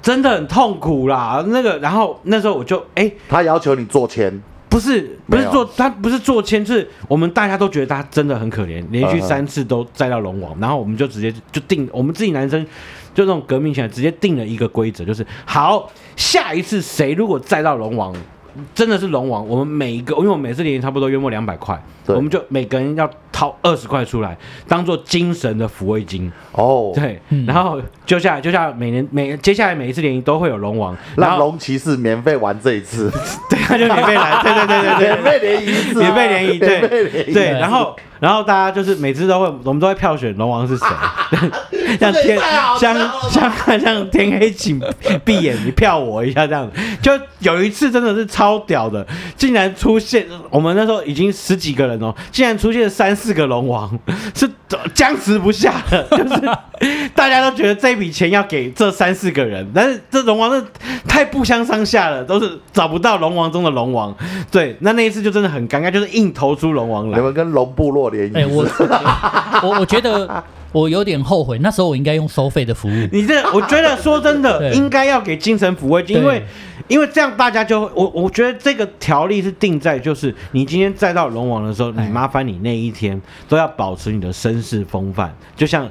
[SPEAKER 1] 真的很痛苦啦，那个，然后那时候我就哎、
[SPEAKER 2] 他要求你做签，
[SPEAKER 1] 不是不
[SPEAKER 2] 没
[SPEAKER 1] 是
[SPEAKER 2] 有
[SPEAKER 1] 做他不是做签，是我们大家都觉得他真的很可怜，连续
[SPEAKER 2] 嗯嗯
[SPEAKER 1] 三次都摘到龙王，然后我们就直接就定我们自己男生就那种革命起来，直接定了一个规则，就是好下一次谁如果摘到龙王。真的是龙王，我们每一个，因为我们每次联谊差不多约莫两百块，
[SPEAKER 2] 对
[SPEAKER 1] 我们就每个人要掏二十块出来，当做精神的抚慰金。
[SPEAKER 2] 哦，
[SPEAKER 1] 对，
[SPEAKER 3] 嗯
[SPEAKER 1] 然后就下来，就下来每年每接下来每一次联谊都会有龙王，然
[SPEAKER 2] 让
[SPEAKER 1] 后
[SPEAKER 2] 龙骑士免费玩这一
[SPEAKER 3] <laughs>
[SPEAKER 2] 次，
[SPEAKER 1] 对
[SPEAKER 2] <laughs>
[SPEAKER 1] 他就免费来，对对对对对，
[SPEAKER 2] 免费联谊一次啊，
[SPEAKER 1] 免费联谊，对
[SPEAKER 2] 免费联谊，
[SPEAKER 1] 对，然后然后大家就是每次都会，我们都会票选龙王是
[SPEAKER 2] <laughs>
[SPEAKER 1] 谁，像
[SPEAKER 2] 这也
[SPEAKER 1] 天
[SPEAKER 2] 太好笑
[SPEAKER 1] 像
[SPEAKER 2] 了
[SPEAKER 1] 像像天黑请闭眼，你票我一下这样子。就有一次真的是超屌的，竟然出现我们那时候已经十几个人哦，竟然出现三四个龙王，是僵持不下的，就是 <laughs> 大家都觉得这笔钱要给这三四个人，但是这龙王是太不相上下了，都是找不到龙王中的龙王。对，那那一次就真的很尴尬，就是硬投出龙王来
[SPEAKER 2] 你。们跟龙部落联谊
[SPEAKER 3] 哎，
[SPEAKER 2] 是不
[SPEAKER 3] 我
[SPEAKER 2] 是，
[SPEAKER 3] 我我觉得我有点后悔，那时候我应该用收费的服务。
[SPEAKER 1] 你这，我觉得说真的，
[SPEAKER 3] 对
[SPEAKER 1] 应该要给精神抚慰金，因为
[SPEAKER 3] 对
[SPEAKER 1] 因为这样大家就会，我我觉得这个条例是定在就是你今天再到龙王的时候，你
[SPEAKER 3] 哎
[SPEAKER 1] 麻烦你那一天都要保持你的绅士风范，就像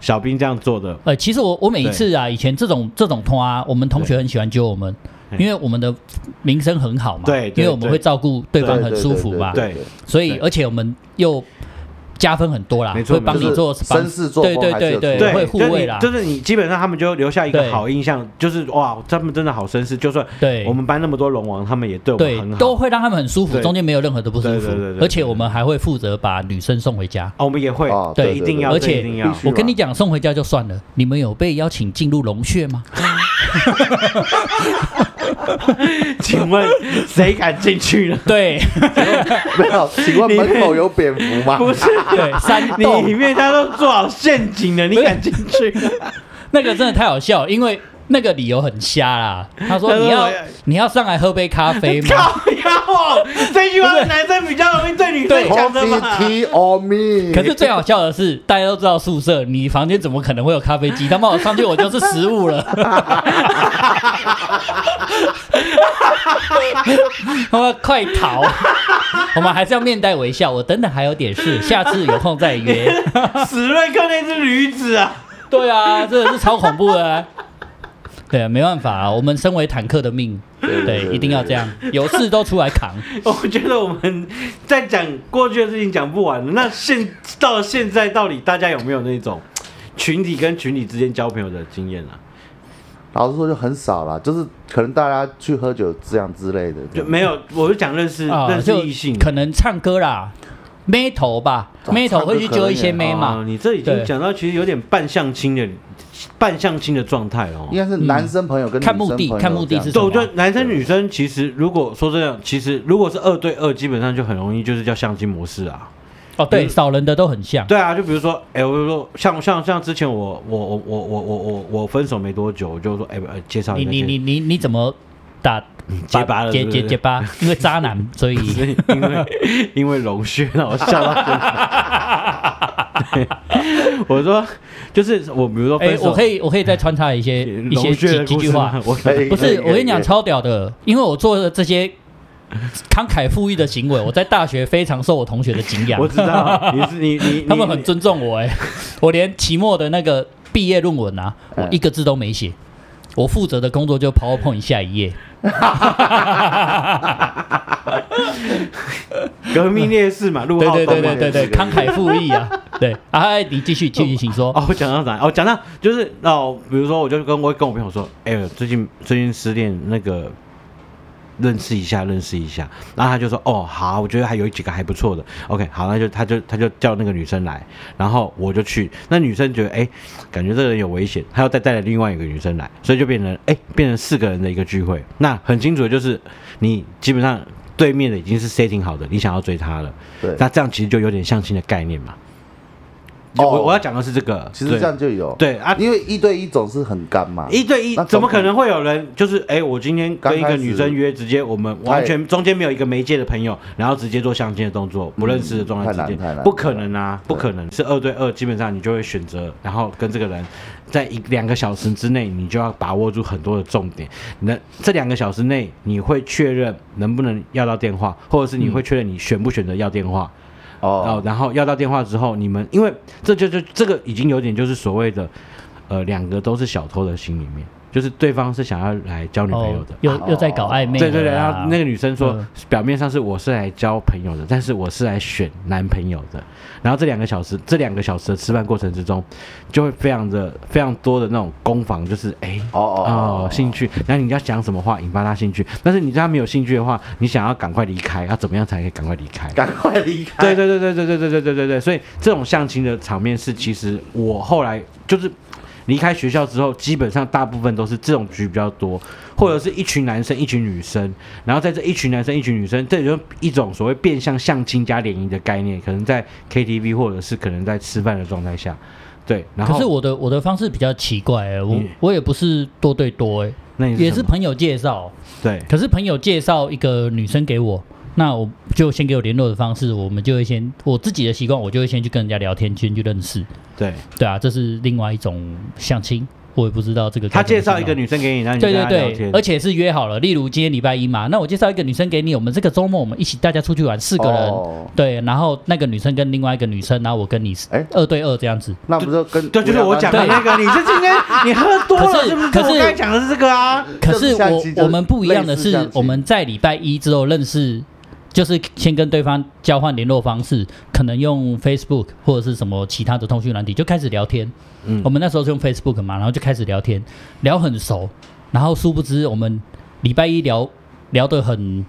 [SPEAKER 1] 小兵这样做的。
[SPEAKER 3] 呃，其实我我每一次啊，以前这种这种通啊，我们同学很喜欢揪我们，
[SPEAKER 1] 对
[SPEAKER 3] 因为我们的名声很好嘛，
[SPEAKER 1] 哎对对
[SPEAKER 3] 因为我们
[SPEAKER 1] 对
[SPEAKER 3] 会照顾对方很
[SPEAKER 2] 对
[SPEAKER 3] 舒服嘛，
[SPEAKER 1] 对
[SPEAKER 3] 所以
[SPEAKER 1] 对
[SPEAKER 3] 而且我们又加分很多啦，
[SPEAKER 1] 没错
[SPEAKER 3] 会帮
[SPEAKER 1] 没
[SPEAKER 3] 你
[SPEAKER 1] 错
[SPEAKER 3] 做
[SPEAKER 2] 就是
[SPEAKER 3] 帮
[SPEAKER 2] 绅士作风
[SPEAKER 3] 对对
[SPEAKER 2] 还是有
[SPEAKER 3] 对
[SPEAKER 2] 出
[SPEAKER 3] 对，
[SPEAKER 2] 来
[SPEAKER 3] 会
[SPEAKER 1] 对，
[SPEAKER 3] 护
[SPEAKER 1] 就是
[SPEAKER 3] 卫
[SPEAKER 1] 你
[SPEAKER 3] 啦，
[SPEAKER 1] 就是你基本上他们就留下一个
[SPEAKER 3] 对
[SPEAKER 1] 好印象，就是哇，他们真的好绅士，就算
[SPEAKER 3] 对
[SPEAKER 1] 我们班那么多龙王，他们也对我们
[SPEAKER 3] 对
[SPEAKER 1] 很，好。哦
[SPEAKER 3] 都会让他们很舒服，
[SPEAKER 1] 对
[SPEAKER 3] 中间没有任何的不舒
[SPEAKER 1] 对
[SPEAKER 3] 服
[SPEAKER 1] 对对对，对
[SPEAKER 3] 而且我们还会负责把女生送回家。
[SPEAKER 1] 啊，我们也会
[SPEAKER 2] 哦，
[SPEAKER 3] 对
[SPEAKER 1] 一定要，
[SPEAKER 3] 而
[SPEAKER 1] 这
[SPEAKER 3] 且
[SPEAKER 1] 一定要
[SPEAKER 2] 必。须
[SPEAKER 3] 我跟你讲，送回家就算了，你们有被邀请进入龙
[SPEAKER 1] <laughs>
[SPEAKER 3] 穴吗？
[SPEAKER 1] 请问谁敢进去
[SPEAKER 3] <laughs>
[SPEAKER 1] 呢？
[SPEAKER 3] 对
[SPEAKER 2] 没有，请问门口有蝙蝠吗？
[SPEAKER 1] 不是，
[SPEAKER 3] 对，山
[SPEAKER 1] 你
[SPEAKER 3] 洞 <laughs>
[SPEAKER 1] 里面他都做好陷阱了，你敢进去？
[SPEAKER 3] 那个真的太好笑，因为那个理由很瞎啦。他说
[SPEAKER 1] 他说
[SPEAKER 3] 你要
[SPEAKER 1] 我要
[SPEAKER 3] 你要上来喝杯咖啡吗？
[SPEAKER 1] 靠腰哦，这句话是男生比较容易对女生讲的
[SPEAKER 3] <laughs>
[SPEAKER 1] 嘛。
[SPEAKER 2] Coffee tea or <laughs> me？
[SPEAKER 3] 可是最好笑的是，大家都知道宿舍，你房间怎么可能会有咖啡机？他妈我上去我就是食
[SPEAKER 2] <laughs>
[SPEAKER 3] 物了。他妈快逃！我们还是要面带微笑。我等等还有点事，下次有空再
[SPEAKER 2] <laughs>
[SPEAKER 3] 约。
[SPEAKER 1] 史瑞克那只驴子啊，
[SPEAKER 3] 对啊，真的是超恐怖的啊、对啊，没办法啊，我们身为坦克的命，
[SPEAKER 2] 对对
[SPEAKER 3] 对，
[SPEAKER 2] 对
[SPEAKER 3] 一定要这样，有事都出来
[SPEAKER 2] <laughs>
[SPEAKER 3] 扛。
[SPEAKER 1] <laughs> 我觉得我们在讲过去的事情讲不完了。那现到现在，到底大家有没有那种群体跟群体之间交朋友的经验啊？
[SPEAKER 2] 老实说就很少啦，就是可能大家去喝酒这样之类的，
[SPEAKER 1] 就没有，我就讲认识、认识
[SPEAKER 3] 啊就
[SPEAKER 1] 异性，
[SPEAKER 3] 可能唱歌啦，妹头吧，
[SPEAKER 2] 哦
[SPEAKER 3] 妹头会去
[SPEAKER 2] 唱歌可
[SPEAKER 3] 揪
[SPEAKER 2] 以
[SPEAKER 3] 一些妹
[SPEAKER 1] 哦
[SPEAKER 3] 嘛。
[SPEAKER 1] 你这已经
[SPEAKER 3] 对
[SPEAKER 1] 讲到其实有点半相亲的半相亲的状态了哦。
[SPEAKER 2] 应该是男生朋友跟女
[SPEAKER 3] 看
[SPEAKER 2] 生
[SPEAKER 3] 目
[SPEAKER 2] 朋友
[SPEAKER 3] 的看目
[SPEAKER 2] 这
[SPEAKER 3] 的
[SPEAKER 2] 样
[SPEAKER 3] 是什
[SPEAKER 1] 对，
[SPEAKER 3] 么啊
[SPEAKER 1] 我觉得男生女生其实如果说这样，其实如果是二对二，基本上就很容易就是叫相亲模式啊。
[SPEAKER 3] 哦，对，
[SPEAKER 1] 嗯
[SPEAKER 3] 少人的都很像。
[SPEAKER 1] 对啊，就比如说，哎、我就说像像像之前我我我我我我我我分手没多久，我就说，哎、呃介绍
[SPEAKER 3] 你
[SPEAKER 1] 一个
[SPEAKER 3] 你你你你怎么打
[SPEAKER 1] 结巴了
[SPEAKER 3] 结
[SPEAKER 1] 是不
[SPEAKER 3] 结
[SPEAKER 1] 是
[SPEAKER 3] 结
[SPEAKER 1] <laughs>
[SPEAKER 3] 巴？因为渣男，所以
[SPEAKER 1] 介绍因为因为龙轩让我
[SPEAKER 3] <laughs>
[SPEAKER 1] 笑到真的。对我说，就是我，比如说
[SPEAKER 3] 哎
[SPEAKER 1] 分，手，
[SPEAKER 3] 我可以我可以再穿插一些一些
[SPEAKER 1] 龙轩
[SPEAKER 3] 几
[SPEAKER 1] 的
[SPEAKER 3] 几
[SPEAKER 1] 故
[SPEAKER 3] 句
[SPEAKER 1] 事
[SPEAKER 3] 话
[SPEAKER 1] <laughs> 吗。我
[SPEAKER 2] 可以
[SPEAKER 3] 不
[SPEAKER 2] 可以
[SPEAKER 3] 是，我跟你
[SPEAKER 2] 可
[SPEAKER 3] 讲
[SPEAKER 2] 以
[SPEAKER 3] 超屌的，因为我做了这些慷慨赴义的行为，我在大学非常受我同学的敬仰
[SPEAKER 1] 我，知道你是你你
[SPEAKER 3] <laughs> 他们
[SPEAKER 1] 你
[SPEAKER 3] 很尊重我哎、
[SPEAKER 1] <laughs>
[SPEAKER 3] 我连期末的那个毕业论文啊，我
[SPEAKER 2] 嗯
[SPEAKER 3] 一个字都没写。我负责的工作就 PowerPoint 下
[SPEAKER 1] <laughs>
[SPEAKER 3] 一页，
[SPEAKER 1] 革命烈士嘛，陆
[SPEAKER 3] 对
[SPEAKER 1] 浩
[SPEAKER 3] 对
[SPEAKER 1] 东
[SPEAKER 3] 对
[SPEAKER 1] 嘛
[SPEAKER 3] 对对对，慷慨赴义啊， <laughs> 对啊，哎你继续继续，请说。
[SPEAKER 1] 哦，我讲到哪？哦，讲到就是哦，比如说，我就跟我跟我朋友说，哎、最近最近失恋，那个认识一下，认识一下。然后他就说，哦，好，我觉得还有几个还不错的。OK，好，那就他就他就叫那个女生来，然后我就去。那女生觉得，哎、感觉这个人有危险，她要再带来另外一个女生来，所以就变成，哎、变成四个人的一个聚会。那很清楚的就是，你基本上对面的已经是 setting 好的，你想要追她了。
[SPEAKER 2] 对
[SPEAKER 1] 那这样其实就有点相亲的概念嘛。
[SPEAKER 2] 哦
[SPEAKER 1] 我我要讲的是这个，
[SPEAKER 2] 其实这样就有
[SPEAKER 1] 对啊
[SPEAKER 2] 因为一对一总是很干嘛，
[SPEAKER 1] 对一对一
[SPEAKER 2] 那，
[SPEAKER 1] 怎么可能会有人就是哎、我今天跟一
[SPEAKER 2] 刚
[SPEAKER 1] 个
[SPEAKER 2] 开始
[SPEAKER 1] 女生约，直接我们完全中间没有一个媒介的朋友，然后直接做相亲的动作，不认识的状态
[SPEAKER 2] 太难
[SPEAKER 1] 之
[SPEAKER 2] 太
[SPEAKER 1] 间
[SPEAKER 2] 难，
[SPEAKER 1] 不可能啊，不可能是二对二，基本上你就会选择，然后跟这个人在一两个小时之内，你就要把握住很多的重点。那这两个小时内，你会确认能不能要到电话，或者是你会嗯确认你选不选择要电话。哦
[SPEAKER 2] 哦，，
[SPEAKER 1] 然后要到电话之后，你们因为这就就这个已经有点就是所谓的，呃，两个都是小偷的心里面，就是对方是想要来交女朋友
[SPEAKER 3] 哦
[SPEAKER 1] 的，，
[SPEAKER 3] 又又在搞暧昧了
[SPEAKER 1] 对
[SPEAKER 3] 啦。
[SPEAKER 1] 对对，然后那个女生说
[SPEAKER 3] 嗯，
[SPEAKER 1] 表面上是我是来交朋友的，但是我是来选男朋友的。然后这两个小时，这两个小时的吃饭过程之中，就会非常的非常多的那种攻防，就是哎。
[SPEAKER 2] 哦哦
[SPEAKER 1] 哦，兴趣，然后你要讲什么话引发他兴趣，但是你对他没有兴趣的话，你想要赶快离开，要怎么样才可以赶快离开？
[SPEAKER 2] 赶快离
[SPEAKER 1] 对
[SPEAKER 2] 开，
[SPEAKER 1] 对对对对对对对对对对，所以这种相亲的场面是，其实我后来就是离开学校之后，基本上大部分都是这种局比较多，或者是一群男生一群女生，然后在这一群男生一群女生，这就是一种所谓变相相亲加联谊的概念，可能在 KTV 或者是可能在吃饭的状态下，对，然后
[SPEAKER 3] 可是我的我的方式比较奇怪、欸，我
[SPEAKER 1] 嗯
[SPEAKER 3] 我也不是多对多、欸，
[SPEAKER 1] 那你
[SPEAKER 3] 也
[SPEAKER 1] 什
[SPEAKER 3] 是
[SPEAKER 1] 么
[SPEAKER 3] 朋友介绍，
[SPEAKER 1] 对
[SPEAKER 3] 可是朋友介绍一个女生给我，那我就先给我联络的方式，我们就会先我自己的习惯，我就会先去跟人家聊天，先去认识，
[SPEAKER 1] 对，
[SPEAKER 3] 对啊，这是另外一种相亲，我也不知道这个该
[SPEAKER 1] 他
[SPEAKER 3] 怎么
[SPEAKER 1] 介绍一个
[SPEAKER 3] 形容。
[SPEAKER 1] 女生给你，然后你
[SPEAKER 3] 对
[SPEAKER 1] 跟
[SPEAKER 3] 对
[SPEAKER 1] 她聊
[SPEAKER 3] 对，
[SPEAKER 1] 天
[SPEAKER 3] 而，且是约好了。例如今天礼拜一嘛，那我介绍一个女生给你，我们这个周末我们一起大家出去玩，四个人，
[SPEAKER 2] 哦
[SPEAKER 3] 对，然后那个女生跟另外一个女生，然后我跟你
[SPEAKER 2] 哎
[SPEAKER 3] 二对二这样子。
[SPEAKER 2] 那不就跟
[SPEAKER 1] 对，就是我讲的
[SPEAKER 3] 对
[SPEAKER 1] 那个，你是今天你喝多
[SPEAKER 3] 可
[SPEAKER 1] 了
[SPEAKER 3] 是
[SPEAKER 1] 是不是？
[SPEAKER 3] 可是
[SPEAKER 1] 我刚才讲的是这个啊，
[SPEAKER 3] 可是
[SPEAKER 2] 就是相亲就是
[SPEAKER 3] 我我们不一样的
[SPEAKER 2] 类似
[SPEAKER 3] 是
[SPEAKER 2] 相，亲
[SPEAKER 3] 我们在礼拜一之后认识，就是先跟对方交换联络方式，可能用 Facebook 或者是什么其他的通讯软体就开始聊天。
[SPEAKER 1] 嗯
[SPEAKER 3] 我们那时候是用 Facebook 嘛，然后就开始聊天，聊很熟，然后殊不知我们礼拜一聊聊得很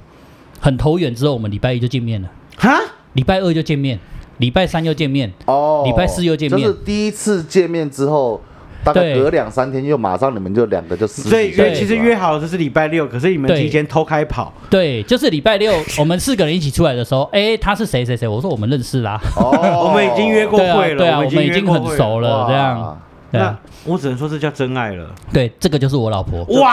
[SPEAKER 3] 很投缘之后，我们礼拜一就见面了，
[SPEAKER 1] 哈。
[SPEAKER 3] 礼拜二就见面，礼拜三又见面，
[SPEAKER 2] 哦，
[SPEAKER 3] 礼拜四又见面
[SPEAKER 2] 就是第一次见面之后，大概
[SPEAKER 3] 对
[SPEAKER 2] 隔两三天又马上你们就两个就私底下
[SPEAKER 1] 所以约
[SPEAKER 3] 对
[SPEAKER 1] 其实约好的是礼拜六，可是你们
[SPEAKER 3] 对
[SPEAKER 1] 提前偷开跑，
[SPEAKER 3] 对，就是礼拜六我们四个人一起出来的时候，哎，他是谁谁谁，我说我们认识啦。
[SPEAKER 2] 哦，
[SPEAKER 1] 我们已经约过
[SPEAKER 3] 对啊
[SPEAKER 1] 会了
[SPEAKER 3] 对啊，
[SPEAKER 1] 我
[SPEAKER 3] 我
[SPEAKER 1] 们已经
[SPEAKER 3] 们已
[SPEAKER 1] 约
[SPEAKER 3] 经
[SPEAKER 1] 过
[SPEAKER 3] 很
[SPEAKER 1] 会
[SPEAKER 3] 熟了，这样
[SPEAKER 2] 哇。
[SPEAKER 3] 对
[SPEAKER 1] 那
[SPEAKER 3] 啊
[SPEAKER 1] 我只能说这叫真爱
[SPEAKER 3] <laughs>
[SPEAKER 1] 了。
[SPEAKER 3] 对，这个就是我老婆。
[SPEAKER 1] 哇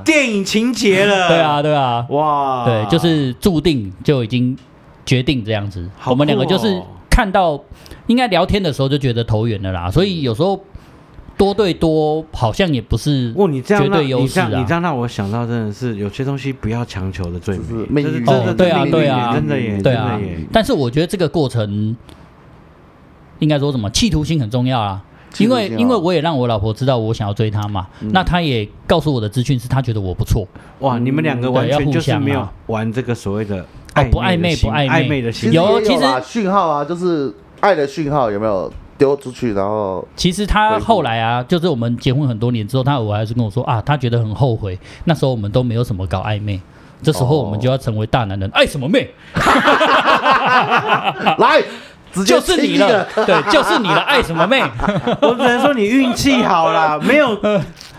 [SPEAKER 1] <laughs> 电影情节了。
[SPEAKER 3] <laughs> 对啊，，对啊，
[SPEAKER 1] 哇，
[SPEAKER 3] 对，就是注定就已经决定这样子。
[SPEAKER 1] 好
[SPEAKER 3] 我们两个
[SPEAKER 1] 酷
[SPEAKER 3] 就是
[SPEAKER 1] 哦
[SPEAKER 3] 看到，应该聊天的时候就觉得投缘了
[SPEAKER 1] 嗯
[SPEAKER 3] 啦。所以有时候多对多好像也不是
[SPEAKER 1] 哇，你这样
[SPEAKER 3] 绝
[SPEAKER 1] 让
[SPEAKER 3] 对优
[SPEAKER 1] 你
[SPEAKER 3] 势
[SPEAKER 1] 这样你
[SPEAKER 3] 啊
[SPEAKER 1] 这。样让我想到，真的是有些东西不要强求的最
[SPEAKER 2] 就
[SPEAKER 1] 美
[SPEAKER 2] 是，
[SPEAKER 1] 这
[SPEAKER 2] 命
[SPEAKER 1] 是
[SPEAKER 2] 运
[SPEAKER 1] 真的
[SPEAKER 3] 哦对啊
[SPEAKER 1] 真的
[SPEAKER 3] 对啊
[SPEAKER 1] 真的耶，
[SPEAKER 3] 对
[SPEAKER 1] 真
[SPEAKER 3] 啊
[SPEAKER 1] 的耶。
[SPEAKER 3] 但是我觉得这个过程应该说什么企图心很重要啊。
[SPEAKER 2] 企
[SPEAKER 3] 因
[SPEAKER 2] 图
[SPEAKER 3] 为
[SPEAKER 2] 心哦
[SPEAKER 3] 因为我也让我老婆知道我想要追她嘛，
[SPEAKER 1] 嗯
[SPEAKER 3] 那她也告诉我的资讯是她觉得我不错，
[SPEAKER 1] 哇，你们两个完
[SPEAKER 3] 对要
[SPEAKER 1] 全
[SPEAKER 3] 互
[SPEAKER 1] 就是
[SPEAKER 3] 相
[SPEAKER 1] 没有
[SPEAKER 3] 啊
[SPEAKER 1] 玩这个所谓的
[SPEAKER 3] 哦不
[SPEAKER 1] 暧
[SPEAKER 3] 暧
[SPEAKER 1] 昧
[SPEAKER 3] 昧
[SPEAKER 1] 的心
[SPEAKER 3] 不暧昧
[SPEAKER 1] 暧昧的心
[SPEAKER 2] 其
[SPEAKER 1] 理，
[SPEAKER 2] 实
[SPEAKER 3] 有
[SPEAKER 2] 也有啦
[SPEAKER 3] 其
[SPEAKER 2] 讯号啊，就是爱的讯号有没有丢出去？然后
[SPEAKER 3] 其实他
[SPEAKER 2] 回顾
[SPEAKER 3] 后来啊，就是我们结婚很多年之后，他偶尔还是跟我说啊，他觉得很后悔，那时候我们都没有什么搞暧昧，这时候
[SPEAKER 2] 哦
[SPEAKER 3] 我们就要成为大男
[SPEAKER 1] 哦
[SPEAKER 3] 人，爱什么妹，
[SPEAKER 1] 啊
[SPEAKER 2] 来，直接
[SPEAKER 3] 就是你
[SPEAKER 2] 亲一个
[SPEAKER 3] 了，对，就是
[SPEAKER 1] <laughs>
[SPEAKER 3] 你了，爱什么妹，
[SPEAKER 1] 我只能说你运气好啦，没有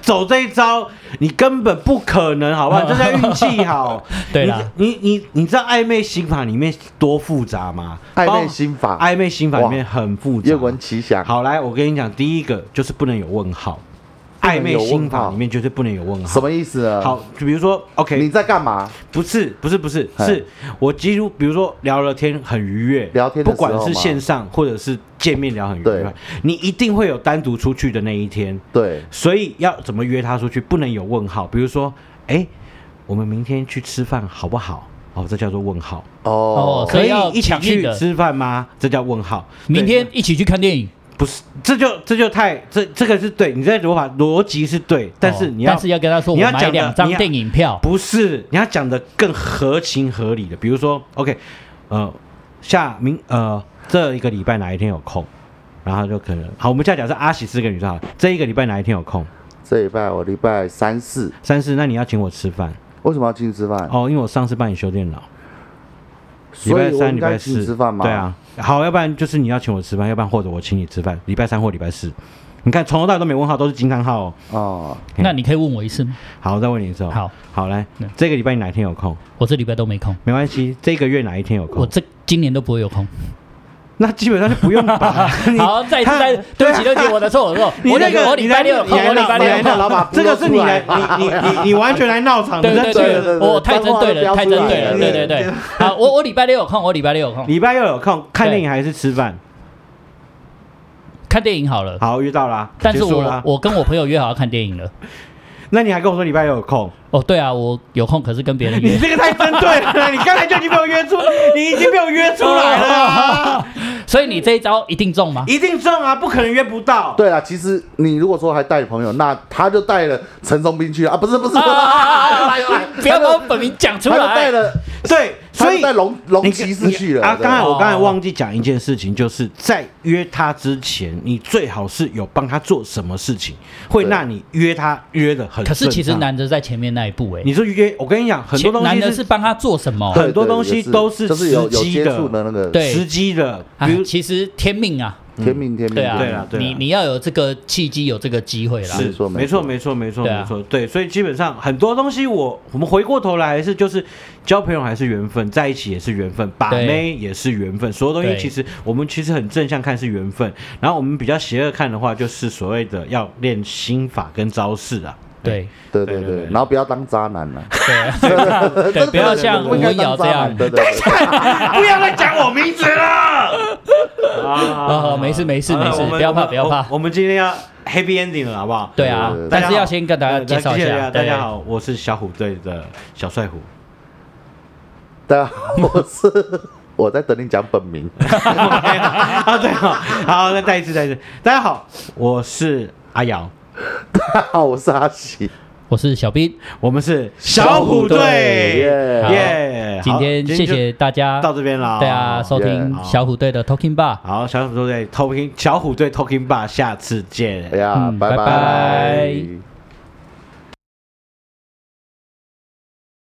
[SPEAKER 1] 走这一招，你根本不可能，好不好？这叫运气好。
[SPEAKER 3] <laughs> 对啦
[SPEAKER 1] 你你你你知道暧昧心法里面多复杂吗？
[SPEAKER 2] 暧
[SPEAKER 1] 包
[SPEAKER 2] 昧心法
[SPEAKER 1] 暧昧心法里面很复杂
[SPEAKER 2] 愿。闻其详。
[SPEAKER 1] 好，来，我跟你讲，第一个就是不能有问号，
[SPEAKER 2] 不能
[SPEAKER 1] 暧
[SPEAKER 2] 有
[SPEAKER 1] 昧心
[SPEAKER 2] 问
[SPEAKER 1] 法
[SPEAKER 2] 号
[SPEAKER 1] 里面绝对不能有问号。
[SPEAKER 2] 什么意思呢？，
[SPEAKER 1] 好，就比如说
[SPEAKER 2] 你
[SPEAKER 1] ，OK，
[SPEAKER 2] 在干嘛？
[SPEAKER 1] 不是，不是，不是，
[SPEAKER 2] 哎
[SPEAKER 1] 是我几乎，比如说聊了天很愉悦，
[SPEAKER 2] 聊天的
[SPEAKER 1] 不
[SPEAKER 2] 时候
[SPEAKER 1] 管
[SPEAKER 2] 嘛
[SPEAKER 1] 是线上或者是见面聊很愉
[SPEAKER 2] 对
[SPEAKER 1] 悦，你一定会有单独出去的那一天，
[SPEAKER 2] 对，
[SPEAKER 1] 所以要怎么约他出去，不能有问号。比如说，哎，我们明天去吃饭好不好？哦，这叫做问号。
[SPEAKER 2] 哦
[SPEAKER 3] 哦，所
[SPEAKER 1] 可以
[SPEAKER 3] 要
[SPEAKER 1] 一起
[SPEAKER 3] 强硬
[SPEAKER 1] 去
[SPEAKER 3] 的
[SPEAKER 1] 吃饭吗？这叫问号。
[SPEAKER 3] 明
[SPEAKER 1] 对
[SPEAKER 3] 天一起去看电影，
[SPEAKER 1] 不是，这就这就太这这个是对，你这逻法逻辑是对，但是
[SPEAKER 3] 哦
[SPEAKER 1] 你要、
[SPEAKER 3] 但是要跟他说，我
[SPEAKER 1] 你要
[SPEAKER 3] 买
[SPEAKER 1] 讲的
[SPEAKER 3] 两张
[SPEAKER 1] 你要
[SPEAKER 3] 电影票，
[SPEAKER 1] 不是你要讲的更合情合理的，比如说，OK，呃，下明呃这一个礼拜哪一天有空，然后就可能好，我们现在假设阿喜是个女生好了，这一个礼拜哪一天有空？
[SPEAKER 2] 这礼拜我礼拜三四，
[SPEAKER 1] 三四，那你要请我吃饭
[SPEAKER 2] 为什么要请你吃饭？
[SPEAKER 1] 哦，因为我上次帮你修电脑，礼
[SPEAKER 2] 啊所
[SPEAKER 1] 拜
[SPEAKER 2] 以我
[SPEAKER 1] 三、
[SPEAKER 2] 应
[SPEAKER 1] 礼拜
[SPEAKER 2] 该请
[SPEAKER 1] 四
[SPEAKER 2] 你吃饭嘛？
[SPEAKER 1] 对，啊，好，要不然就是你要请我吃饭，要不然或者我请你吃饭，礼拜三或礼拜四。你看从头到尾都没问号，都是惊叹号哦。
[SPEAKER 2] 哦，
[SPEAKER 3] 那你可以问我一次吗？
[SPEAKER 1] 好，我再问你一次哦。
[SPEAKER 3] 好，
[SPEAKER 1] 好来
[SPEAKER 3] 嗯，
[SPEAKER 1] 这个礼拜你哪一天有空？
[SPEAKER 3] 我这礼拜都没空，
[SPEAKER 1] 没关系，这个月哪一天有
[SPEAKER 3] 我
[SPEAKER 1] 空？
[SPEAKER 3] 这今年都不会有空。。
[SPEAKER 1] 那基本上就不用吧
[SPEAKER 3] <laughs>
[SPEAKER 1] 你
[SPEAKER 3] 好，再一次
[SPEAKER 1] 他啊
[SPEAKER 3] 再，对不起，对不起，我的错，我的错，
[SPEAKER 1] 你
[SPEAKER 3] 我
[SPEAKER 1] 那
[SPEAKER 3] 礼
[SPEAKER 1] 个
[SPEAKER 3] 我礼拜六有
[SPEAKER 1] 你
[SPEAKER 3] 空，
[SPEAKER 1] 来
[SPEAKER 3] 我礼拜
[SPEAKER 1] 你
[SPEAKER 3] 六
[SPEAKER 1] 来
[SPEAKER 3] 有空
[SPEAKER 1] 闹
[SPEAKER 2] 老板不
[SPEAKER 1] 这
[SPEAKER 2] 露
[SPEAKER 1] 个是你
[SPEAKER 2] 出来
[SPEAKER 1] 来，你你你你完全来闹场的。
[SPEAKER 3] 对对
[SPEAKER 1] 你在
[SPEAKER 2] 对
[SPEAKER 3] 对，
[SPEAKER 2] 对
[SPEAKER 3] 我太针对
[SPEAKER 2] 脏
[SPEAKER 3] 了，
[SPEAKER 2] 话
[SPEAKER 3] 太
[SPEAKER 2] 都
[SPEAKER 3] 针
[SPEAKER 2] 飙出来
[SPEAKER 3] 对了，
[SPEAKER 2] 了
[SPEAKER 3] 对对对。好，我我礼拜六有空，我礼拜六有空，
[SPEAKER 1] 礼拜六有空看电影还是吃饭？
[SPEAKER 3] 看电影好了。
[SPEAKER 1] 好，遇到啦。
[SPEAKER 3] 但是
[SPEAKER 1] 结束
[SPEAKER 3] 我
[SPEAKER 1] 啦，
[SPEAKER 3] 我跟我朋友约好要看电影了。
[SPEAKER 1] 那你还跟我说礼拜六有
[SPEAKER 3] <laughs>
[SPEAKER 1] 空？
[SPEAKER 3] 哦，对啊，我有空，可是跟别人
[SPEAKER 1] 你 <laughs>
[SPEAKER 3] 约，
[SPEAKER 1] 这个太针对
[SPEAKER 3] <laughs>
[SPEAKER 1] 了，你刚才就已经被我约出，你已经被我约出来了
[SPEAKER 3] <laughs>
[SPEAKER 1] 啊，
[SPEAKER 3] 所以你这一招一定中吗？
[SPEAKER 1] 一定中啊，不可能约不到。
[SPEAKER 2] 对啊，其实你如果说还带朋友，那他就带了陈松斌去啊，不是不是，
[SPEAKER 3] 啊啊啊啊
[SPEAKER 2] 来
[SPEAKER 1] <laughs>
[SPEAKER 2] 来，
[SPEAKER 3] 不要把我本名讲出
[SPEAKER 2] 他就带
[SPEAKER 3] 来。
[SPEAKER 2] 了，
[SPEAKER 1] 对，
[SPEAKER 2] 他
[SPEAKER 1] 所
[SPEAKER 2] 就
[SPEAKER 1] 以
[SPEAKER 2] 带龙龙
[SPEAKER 1] 你
[SPEAKER 2] 骑士去了
[SPEAKER 1] 啊，刚才
[SPEAKER 2] 对
[SPEAKER 3] 哦
[SPEAKER 1] 我刚才忘记讲一件事情，就是在约他之前，你最好是有帮他做什么事情，会
[SPEAKER 2] 对
[SPEAKER 1] 让你约他约的很顺畅。
[SPEAKER 3] 可是其实男的在前面那一步，哎，
[SPEAKER 1] 啊你说约，我跟你讲，很多
[SPEAKER 3] 前
[SPEAKER 1] 东
[SPEAKER 3] 男的
[SPEAKER 1] 西
[SPEAKER 3] 是帮他做什么？
[SPEAKER 2] 对
[SPEAKER 1] 很多
[SPEAKER 2] 对
[SPEAKER 1] 东西
[SPEAKER 2] 也是
[SPEAKER 1] 都是
[SPEAKER 2] 就是有
[SPEAKER 1] 时
[SPEAKER 2] 有
[SPEAKER 1] 机
[SPEAKER 2] 接
[SPEAKER 1] 的
[SPEAKER 2] 触的那个
[SPEAKER 3] 对
[SPEAKER 1] 时机的，
[SPEAKER 3] 啊
[SPEAKER 1] 比如嗯
[SPEAKER 3] 其实天命啊，
[SPEAKER 2] 天命天命，
[SPEAKER 3] 对啊，
[SPEAKER 1] 对啦对啦
[SPEAKER 3] 你你要有这个契机，有这个机会啦。
[SPEAKER 2] 是
[SPEAKER 1] 是没
[SPEAKER 2] 没
[SPEAKER 1] 错
[SPEAKER 2] 错
[SPEAKER 1] 没错没错
[SPEAKER 3] 对啊
[SPEAKER 1] 没错，对，所以基本上很多东西我我们回过头来还是就是交朋友还是缘分，在一起也是缘分，把
[SPEAKER 3] 对
[SPEAKER 1] 妹也是缘分，所有东西
[SPEAKER 3] 对
[SPEAKER 1] 其实我们其实很正向看是缘分，然后我们比较邪恶看的话就是所谓的要练心法跟招式
[SPEAKER 3] <laughs>
[SPEAKER 1] 啊，
[SPEAKER 3] 对
[SPEAKER 2] 对
[SPEAKER 1] 对
[SPEAKER 2] 对
[SPEAKER 1] 对
[SPEAKER 2] 对
[SPEAKER 1] 对，
[SPEAKER 2] 然后不要当渣男了，
[SPEAKER 3] 对啊
[SPEAKER 1] <laughs>
[SPEAKER 3] 对，不要像吴
[SPEAKER 2] 不应该
[SPEAKER 3] 文
[SPEAKER 2] 当
[SPEAKER 3] 瑶这
[SPEAKER 2] 渣男，
[SPEAKER 3] 样。
[SPEAKER 2] 对对，对
[SPEAKER 1] 不要再讲我名字了。
[SPEAKER 3] 啊没事没事
[SPEAKER 1] 好了
[SPEAKER 3] 没事
[SPEAKER 1] 哎我们
[SPEAKER 3] 不
[SPEAKER 1] 我
[SPEAKER 3] 要怕
[SPEAKER 1] 们
[SPEAKER 3] 不要怕
[SPEAKER 1] 我我们今天要 happy ending 了，好不好？
[SPEAKER 3] 对啊，
[SPEAKER 1] 大家好
[SPEAKER 3] <laughs> 但是要先跟大家介绍一
[SPEAKER 1] 呃谢谢
[SPEAKER 3] 下。
[SPEAKER 1] 大
[SPEAKER 3] 对
[SPEAKER 1] 家，好，我是小虎队的小帅虎。
[SPEAKER 2] 大家好，我是我在等你讲本名， <laughs>
[SPEAKER 1] <laughs> 啊，对好，好，那再一次，再一次，大家好，我是阿瑶，
[SPEAKER 2] 大家好，我是阿喜，
[SPEAKER 3] 我是小兵。
[SPEAKER 1] 我们是
[SPEAKER 2] 小虎队耶
[SPEAKER 3] 好
[SPEAKER 1] 耶！
[SPEAKER 3] 今
[SPEAKER 1] 好
[SPEAKER 3] 天谢
[SPEAKER 1] 就
[SPEAKER 3] 谢大家
[SPEAKER 1] 到这边了，哦
[SPEAKER 3] 对啊，收听
[SPEAKER 2] Yeah
[SPEAKER 3] 小虎队的 Talking Bar。
[SPEAKER 1] 好，小虎队 talking，小虎队 talking 吧，下次见
[SPEAKER 2] 哎。呀
[SPEAKER 3] 嗯，
[SPEAKER 2] 拜
[SPEAKER 3] 拜拜